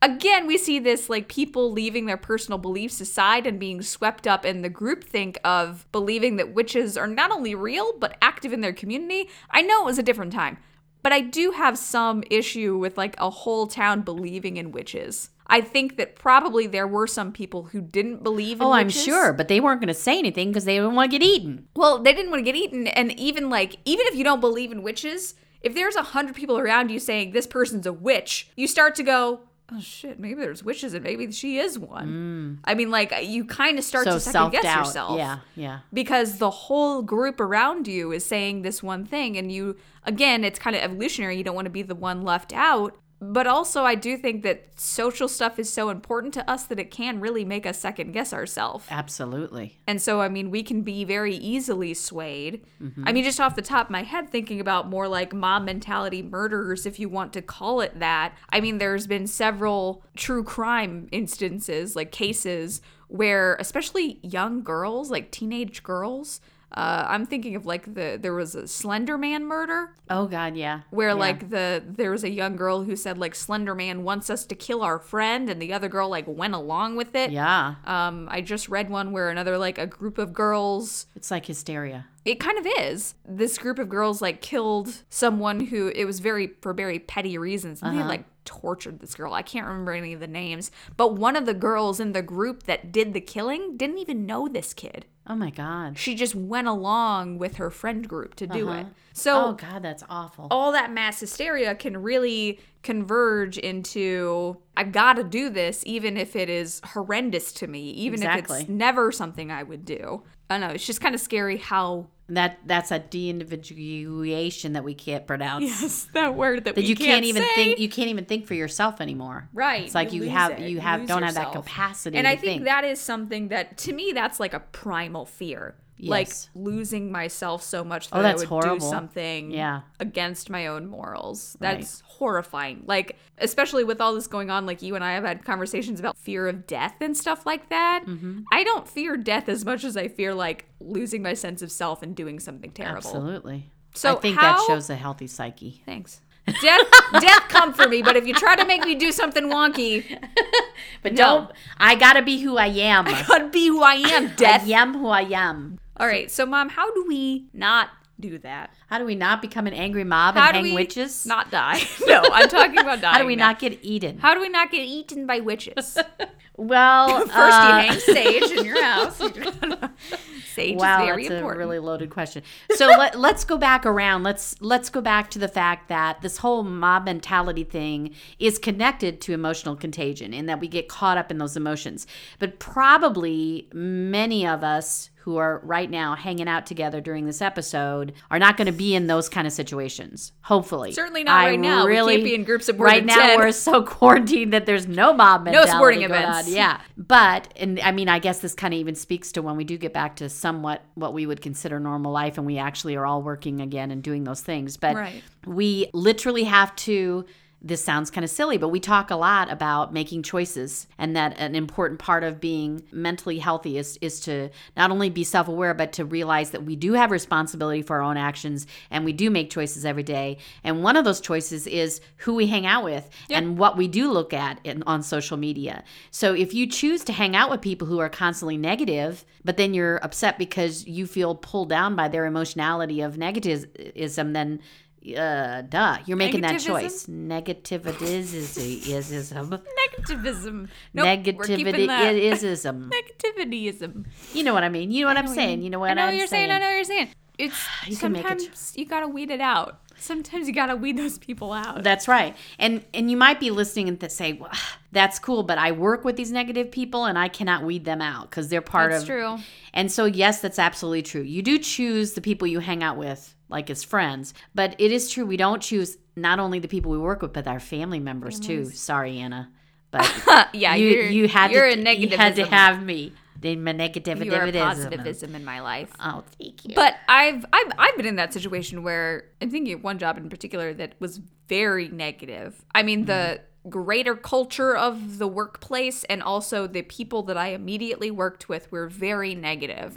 Speaker 2: again we see this like people leaving their personal beliefs aside and being swept up in the groupthink of believing that witches are not only real but active in their community i know it was a different time but i do have some issue with like a whole town believing in witches i think that probably there were some people who didn't believe in
Speaker 1: Oh, I'm
Speaker 2: witches.
Speaker 1: sure, but they weren't going to say anything because they didn't want to get eaten.
Speaker 2: Well, they didn't want to get eaten, and even like even if you don't believe in witches, if there's a hundred people around you saying this person's a witch, you start to go, oh shit, maybe there's witches and maybe she is one. I mean, like uh, you kind of start
Speaker 1: Mm. So
Speaker 2: to second
Speaker 1: self
Speaker 2: guess
Speaker 1: doubt.
Speaker 2: yourself,
Speaker 1: Yeah, yeah.
Speaker 2: because the whole group around you is saying this one thing, and you again, it's kind of evolutionary. You don't want to be the one left out. But also, I do think that social stuff is so important to us that it can really make us second guess ourselves.
Speaker 1: Absolutely.
Speaker 2: And so, I mean, we can be very easily swayed.
Speaker 1: Mm-hmm.
Speaker 2: I mean, just off the top of my head, thinking about more like mob mentality murders, if you want to call it that. I mean, there's been several true crime instances, like cases, where especially young girls, like teenage girls, uh, I'm thinking of like the there was a Slender Man murder
Speaker 1: Oh God, yeah.
Speaker 2: where
Speaker 1: Yeah.
Speaker 2: like the there was a young girl who said like Slender Man wants us to kill our friend, and the other girl like went along with it.
Speaker 1: yeah,
Speaker 2: Um, I just read one where another like a group of girls.
Speaker 1: it's like hysteria.
Speaker 2: It kind of is. This group of girls like killed someone who it was very for very petty reasons, and
Speaker 1: Uh-huh.
Speaker 2: they like tortured this girl. I can't remember any of the names, but one of the girls in the group that did the killing didn't even know this kid.
Speaker 1: Oh my God.
Speaker 2: She just went along with her friend group to do it. So
Speaker 1: oh God, that's awful.
Speaker 2: all that mass hysteria can really converge into I've got to do this, even if it is horrendous to me, even if it's
Speaker 1: Exactly.
Speaker 2: never something I would do. I don't know. It's just kind of scary how
Speaker 1: That that's a de-individuation that we can't pronounce.
Speaker 2: yes, that word that,
Speaker 1: That
Speaker 2: we
Speaker 1: you can't, even
Speaker 2: say.
Speaker 1: think. You can't even think for yourself anymore.
Speaker 2: Right.
Speaker 1: It's like you,
Speaker 2: lose
Speaker 1: have
Speaker 2: it.
Speaker 1: you have
Speaker 2: lose
Speaker 1: don't have that
Speaker 2: yourself.
Speaker 1: capacity.
Speaker 2: And
Speaker 1: to
Speaker 2: I think, that is something that to me that's like a primal fear.
Speaker 1: Yes. Oh,
Speaker 2: Like losing myself so much that I
Speaker 1: that's
Speaker 2: would do
Speaker 1: horrible.
Speaker 2: something
Speaker 1: Yeah.
Speaker 2: against my own morals.
Speaker 1: Right.
Speaker 2: That's horrifying. Like especially with all this going on like you and I have had conversations about fear of death and stuff like that.
Speaker 1: Mm-hmm.
Speaker 2: I don't fear death as much as I fear like losing my sense of self and doing something terrible.
Speaker 1: absolutely.
Speaker 2: So
Speaker 1: I think
Speaker 2: how-
Speaker 1: that shows a healthy psyche.
Speaker 2: Thanks. Death death come for me, but if you try to make me do something wonky,
Speaker 1: But
Speaker 2: No.
Speaker 1: don't. I gotta be who I am.
Speaker 2: could be who I am,
Speaker 1: I
Speaker 2: death.
Speaker 1: am who I am.
Speaker 2: All right, so mom, how do we not do that?
Speaker 1: How do we not become an angry mob
Speaker 2: How
Speaker 1: and
Speaker 2: do
Speaker 1: hang
Speaker 2: we
Speaker 1: witches?
Speaker 2: Not die. no, I'm talking about dying.
Speaker 1: How do we
Speaker 2: now.
Speaker 1: not get eaten?
Speaker 2: How do we not get eaten by witches? First,
Speaker 1: well,
Speaker 2: you
Speaker 1: uh,
Speaker 2: hang sage in your house. sage
Speaker 1: wow,
Speaker 2: is very
Speaker 1: that's
Speaker 2: important.
Speaker 1: a really loaded question. So let, let's go back around. Let's let's go back to the fact that this whole mob mentality thing is connected to emotional contagion, and that we get caught up in those emotions. But probably many of us who are right now hanging out together during this episode are not going to be in those kind of situations. Hopefully,
Speaker 2: Certainly not
Speaker 1: I
Speaker 2: right now. We can't be in groups of more
Speaker 1: right
Speaker 2: than
Speaker 1: now.
Speaker 2: 10.
Speaker 1: We're so quarantined that there's no mob mentality.
Speaker 2: sporting
Speaker 1: going
Speaker 2: events.
Speaker 1: On. Yeah. Yeah. But, and I mean, I guess this kind of even speaks to when we do get back to somewhat what we would consider normal life and we actually are all working again and doing those things. But
Speaker 2: Right.
Speaker 1: we literally have to. This sounds kind of silly, but we talk a lot about making choices, and that an important part of being mentally healthy is, is to not only be self aware, but to realize that we do have responsibility for our own actions and we do make choices every day. And one of those choices is who we hang out with and what we do look at in, on social media. So if you choose to hang out with people who are constantly negative, but then you're upset because you feel pulled down by their emotionality of negativism, then uh, duh, you're making that
Speaker 2: Negativism?
Speaker 1: choice. Negativism.
Speaker 2: Negativism. Nope, we're keeping that.
Speaker 1: Negativityism.
Speaker 2: Negativityism.
Speaker 1: You know what I mean. You know what I'm
Speaker 2: what you
Speaker 1: saying.
Speaker 2: mean.
Speaker 1: You know what
Speaker 2: I know
Speaker 1: I'm
Speaker 2: what you're saying. I know what you're saying. It's
Speaker 1: You can make a
Speaker 2: sometimes you gotta weed it out. Sometimes you gotta weed those people out.
Speaker 1: That's right. And and you might be listening and th- say, well, that's cool, but I work with these negative people and I cannot weed them out because they're part
Speaker 2: That's
Speaker 1: of.
Speaker 2: true.
Speaker 1: And so, yes, that's absolutely true. You do choose the people you hang out with, like as friends, but it is true we don't choose not only the people we work with, but our family members too. Sorry, Anna, but
Speaker 2: yeah,
Speaker 1: you
Speaker 2: you're,
Speaker 1: you had
Speaker 2: you're
Speaker 1: to,
Speaker 2: a negativism.
Speaker 1: You had to have me in my negativism.
Speaker 2: you are a positivism in my life.
Speaker 1: Oh, thank you.
Speaker 2: But I've I've I've been in that situation where I'm thinking of one job in particular that was very negative. I mean the greater culture of the workplace and also the people that I immediately worked with were very negative.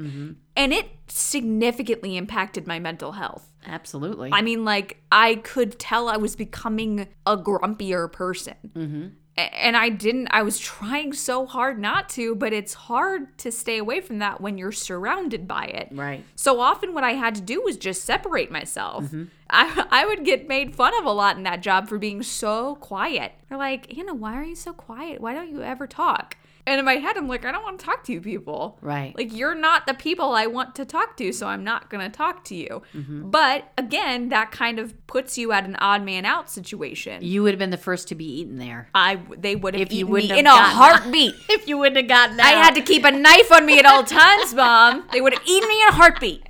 Speaker 2: And it significantly impacted my mental health.
Speaker 1: absolutely.
Speaker 2: I mean, like, I could tell I was becoming a grumpier person. Mm-hmm. And I didn't, I was trying so hard not to, but it's hard to stay away from that when you're surrounded by it.
Speaker 1: Right.
Speaker 2: So often, what I had to do was just separate myself.
Speaker 1: Mm-hmm.
Speaker 2: I, I would get made fun of a lot in that job for being so quiet. They're like, Anna, why are you so quiet? Why don't you ever talk? And in my head, I'm like, I don't want to talk to you people.
Speaker 1: Right.
Speaker 2: Like, you're not the people I want to talk to, so I'm not going to talk to you.
Speaker 1: Mm-hmm.
Speaker 2: But again, that kind of puts you at an odd man out situation.
Speaker 1: you would have been the first to be eaten there
Speaker 2: I they would have
Speaker 1: If you
Speaker 2: eaten
Speaker 1: wouldn't
Speaker 2: me
Speaker 1: have
Speaker 2: in a
Speaker 1: gotten-
Speaker 2: heartbeat.
Speaker 1: if you wouldn't have gotten.
Speaker 2: I had to keep a knife on me at all times, mom. They would have eaten me in a heartbeat.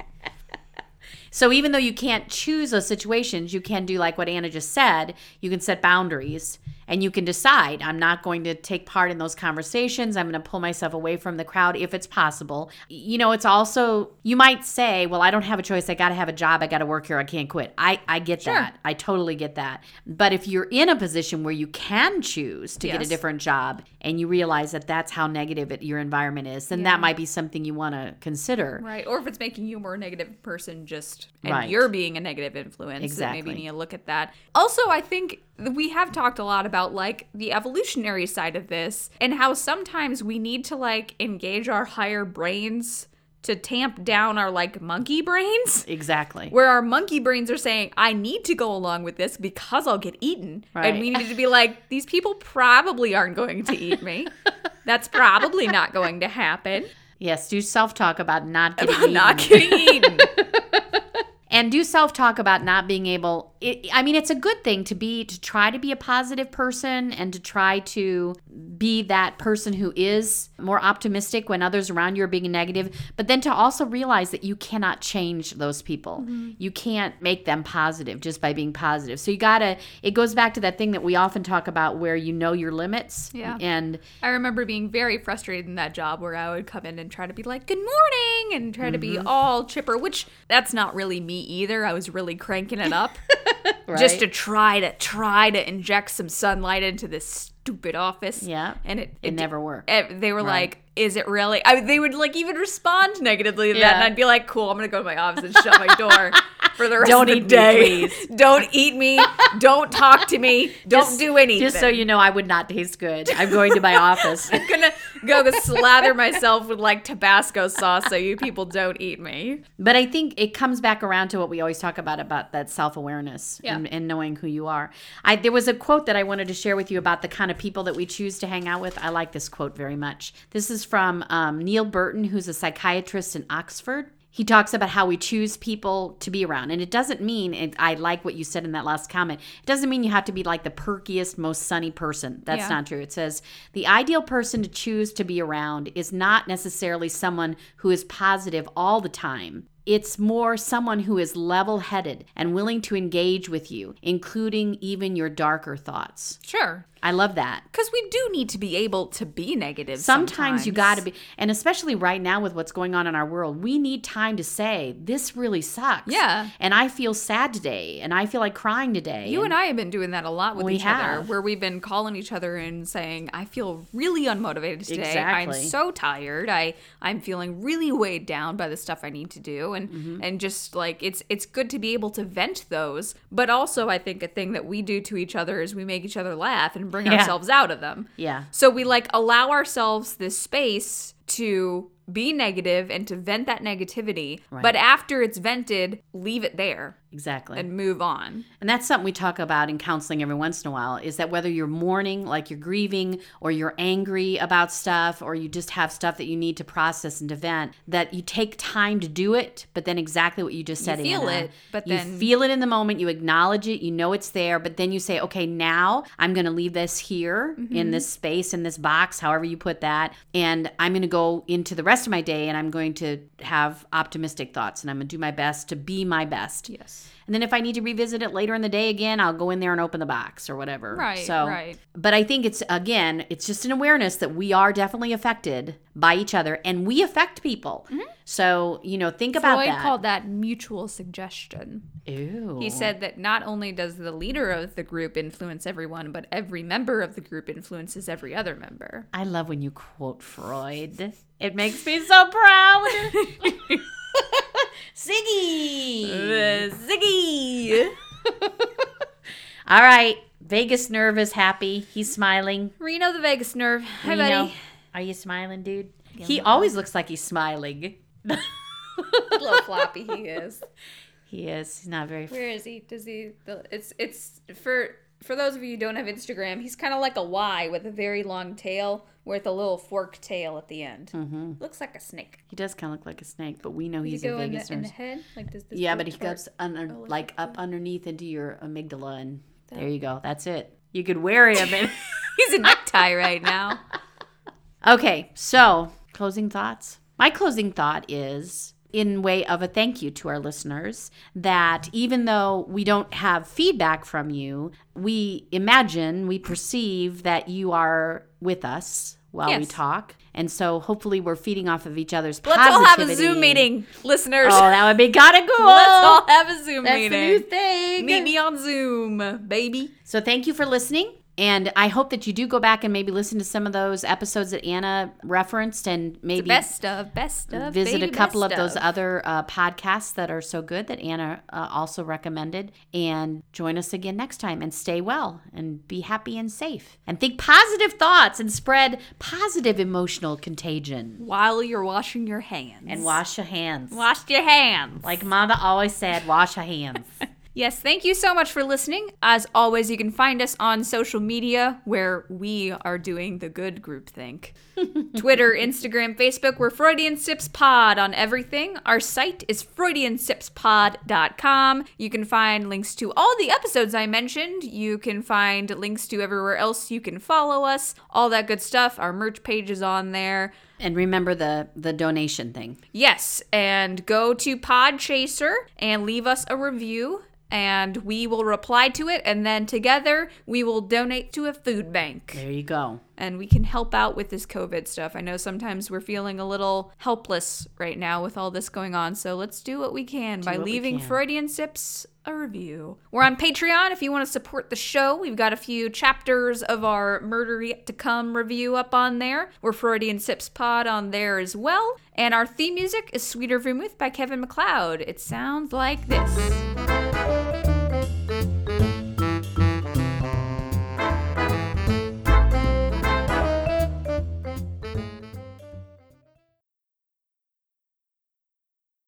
Speaker 1: So even though you can't choose those situations, you can do like what Anna just said. You can set boundaries and you can decide I'm not going to take part in those conversations. I'm going to pull myself away from the crowd if it's possible. You know, it's also you might say, well, I don't have a choice. I got to have a job. I got to work here. I can't quit. I I get that. I totally get that. But if you're in a position where you can choose to get a
Speaker 2: Yes.
Speaker 1: different job and you realize that that's how negative it, your environment is, then that might be something you want to consider.
Speaker 2: Right. Or if it's making you a more negative person, just and
Speaker 1: Right.
Speaker 2: you're being a negative influence. Exactly.
Speaker 1: Exactly.
Speaker 2: Maybe you need to look at that. Also, I think that we have talked a lot about like the evolutionary side of this and how sometimes we need to like engage our higher brains to tamp down our like monkey brains.
Speaker 1: Exactly.
Speaker 2: Where our monkey brains are saying, I need to go along with this because I'll get eaten.
Speaker 1: Right.
Speaker 2: And we need to be like, these people probably aren't going to eat me. That's probably not going to happen.
Speaker 1: Yes, do self talk about not getting
Speaker 2: I'm not
Speaker 1: eaten.
Speaker 2: getting eaten.
Speaker 1: and do self talk about not being able. It, I mean, it's a good thing to be to try to be a positive person and to try to be that person who is more optimistic when others around you are being negative. But then to also realize that you cannot change those people.
Speaker 2: Mm-hmm.
Speaker 1: You can't make them positive just by being positive. So you gotta. It goes back to that thing that we often talk about, where you know your limits.
Speaker 2: Yeah.
Speaker 1: And
Speaker 2: I remember being very frustrated in that job where I would come in and try to be like, good morning, and try to be
Speaker 1: Mm-hmm.
Speaker 2: all chipper, which that's not really me either. I was really cranking it up just to try to try to inject some sunlight into this stupid office.
Speaker 1: Yeah.
Speaker 2: And it,
Speaker 1: it never worked.
Speaker 2: eh, they were
Speaker 1: Right.
Speaker 2: like, is it really? I, they would like even respond negatively to that. And
Speaker 1: Yeah.
Speaker 2: I'd be like, cool, I'm going to go to my office and shut my door for the rest
Speaker 1: Don't
Speaker 2: of the
Speaker 1: eat me,
Speaker 2: day.
Speaker 1: please.
Speaker 2: Don't eat me. Don't talk to me. Don't
Speaker 1: Just-
Speaker 2: do anything.
Speaker 1: Just so you know, I would not taste good. I'm going to my office.
Speaker 2: gonna go to slather myself with like Tabasco sauce so you people don't eat me.
Speaker 1: But I think it comes back around to what we always talk about about that self awareness
Speaker 2: Yeah.
Speaker 1: and, and knowing who you are. I there was a quote that I wanted to share with you about the kind of people that we choose to hang out with. I like this quote very much. This is from um, Neil Burton, who's a psychiatrist in Oxford. He talks about how we choose people to be around. And it doesn't mean, and I like what you said in that last comment, it doesn't mean you have to be like the perkiest, most sunny person. That's
Speaker 2: Yeah.
Speaker 1: not not true. It says the ideal person to choose to be around is not necessarily someone who is positive all the time. It's more someone who is level headed and willing to engage with you, including even your darker thoughts.
Speaker 2: Sure.
Speaker 1: I love that.
Speaker 2: Because we do need to be able to be negative.
Speaker 1: Sometimes, you got to be, and especially right now with what's going on in our world, we need time to say, This really sucks.
Speaker 2: Yeah.
Speaker 1: And I feel sad today, and I feel like crying today.
Speaker 2: You and I have been doing that a lot with
Speaker 1: We
Speaker 2: each other,
Speaker 1: have.
Speaker 2: where we've been calling each other and saying, "I feel really unmotivated today. I'm
Speaker 1: Exactly.
Speaker 2: so tired. I I'm feeling really weighed down by the stuff I need to do." And
Speaker 1: Mm-hmm.
Speaker 2: and just like it's it's good to be able to vent those, but also I think a thing that we do to each other is we make each other laugh and bring
Speaker 1: Yeah.
Speaker 2: ourselves out of them.
Speaker 1: Yeah.
Speaker 2: So we like allow ourselves this space to be negative and to vent that negativity, but after it's vented, leave it there.
Speaker 1: Exactly.
Speaker 2: and move on.
Speaker 1: And that's something we talk about in counseling every once in a while is that whether you're mourning, like you're grieving, or you're angry about stuff, or you just have stuff that you need to process and to vent, that you take time to do it, but then exactly what you just said,
Speaker 2: feel
Speaker 1: Anna,
Speaker 2: it, but
Speaker 1: you
Speaker 2: then-
Speaker 1: feel it in the moment, you acknowledge it, you know it's there, but then you say, okay, now I'm going to leave this here
Speaker 2: Mm-hmm.
Speaker 1: in this space, in this box, however you put that, and I'm going to go into the rest of my day and I'm going to have optimistic thoughts and I'm going to do my best to be my best.
Speaker 2: Yes.
Speaker 1: And then if I need to revisit it later in the day again, I'll go in there and open the box or whatever.
Speaker 2: Right,
Speaker 1: So,
Speaker 2: right.
Speaker 1: but I think it's again, it's just an awareness that we are definitely affected by each other and we affect people. So, you know, think about
Speaker 2: Mm-hmm. Freud
Speaker 1: that.
Speaker 2: called that mutual suggestion.
Speaker 1: Ew.
Speaker 2: He said that not only does the leader of the group influence everyone, but every member of the group influences every other member.
Speaker 1: I love when you quote Freud. It makes me so proud. Ziggy. Ziggy. All right. Vegas nerve is happy. He's smiling.
Speaker 2: Reno the vagus nerve. Hi,
Speaker 1: Reno,
Speaker 2: buddy.
Speaker 1: Are you smiling, dude? He always looks like he's smiling.
Speaker 2: little floppy he is.
Speaker 1: He is. He's not very.
Speaker 2: Where is he? Does he? the- It's it's for for those of you who don't have Instagram. He's kind of like a Y with a very long tail with a little fork tail at the end. Looks like a snake.
Speaker 1: He does kind of look like a snake, but we know
Speaker 2: Does
Speaker 1: he's
Speaker 2: he
Speaker 1: a
Speaker 2: go in
Speaker 1: Vegas
Speaker 2: the, in the
Speaker 1: nurse.
Speaker 2: head? Like does this?
Speaker 1: Yeah,
Speaker 2: go
Speaker 1: but he
Speaker 2: toward-
Speaker 1: goes under,
Speaker 2: what's
Speaker 1: like up underneath into your amygdala, and there you go. That's it. You could wear him. And
Speaker 2: He's a necktie right now.
Speaker 1: okay, so closing thoughts. My closing thought is in way of a thank you to our listeners that even though we don't have feedback from you, we imagine, we perceive that you are with us while we
Speaker 2: Yes.
Speaker 1: talk. And so hopefully we're feeding off of each other's
Speaker 2: Let's
Speaker 1: positivity.
Speaker 2: all have a Zoom meeting, listeners.
Speaker 1: Oh, that would be kind of cool.
Speaker 2: Let's all have a Zoom
Speaker 1: That's the
Speaker 2: meeting.
Speaker 1: new thing.
Speaker 2: Meet me on Zoom, baby.
Speaker 1: So thank you for listening. And I hope that you do go back and maybe listen to some of those episodes that Anna referenced and maybe
Speaker 2: Best of, best of.
Speaker 1: visit
Speaker 2: baby,
Speaker 1: a couple of
Speaker 2: best
Speaker 1: those other uh, podcasts that are so good that Anna uh, also recommended. And join us again next time and stay well and be happy and safe. And think positive thoughts and spread positive emotional contagion.
Speaker 2: While you're washing your hands.
Speaker 1: And wash your hands.
Speaker 2: Wash your hands.
Speaker 1: Like Mama always said, wash your hands.
Speaker 2: Yes, thank you so much for listening. As always, you can find us on social media where we are doing the good groupthink. Twitter, Instagram, Facebook, we're Freudian Sips Pod on everything. Our site is freudiansipspod.com. You can find links to all the episodes I mentioned. You can find links to everywhere else you can follow us, all that good stuff. Our merch page is on there.
Speaker 1: and remember the the donation thing.
Speaker 2: Yes, and go to Podchaser and leave us a review, and we will reply to it, and then together we will donate to a food bank,
Speaker 1: There you go.
Speaker 2: and we can help out with this COVID stuff. I know sometimes we're feeling a little helpless right now with all this going on, so let's do what we can by
Speaker 1: what we
Speaker 2: leaving
Speaker 1: can.
Speaker 2: Freudian Sips a review. We're on Patreon if you want to support the show. We've got a few chapters of our Murder Yet to Come review up on there. We're Freudian Sips Pod on there as well. And our theme music is Sweet Vermouth by Kevin McLeod. It sounds like this.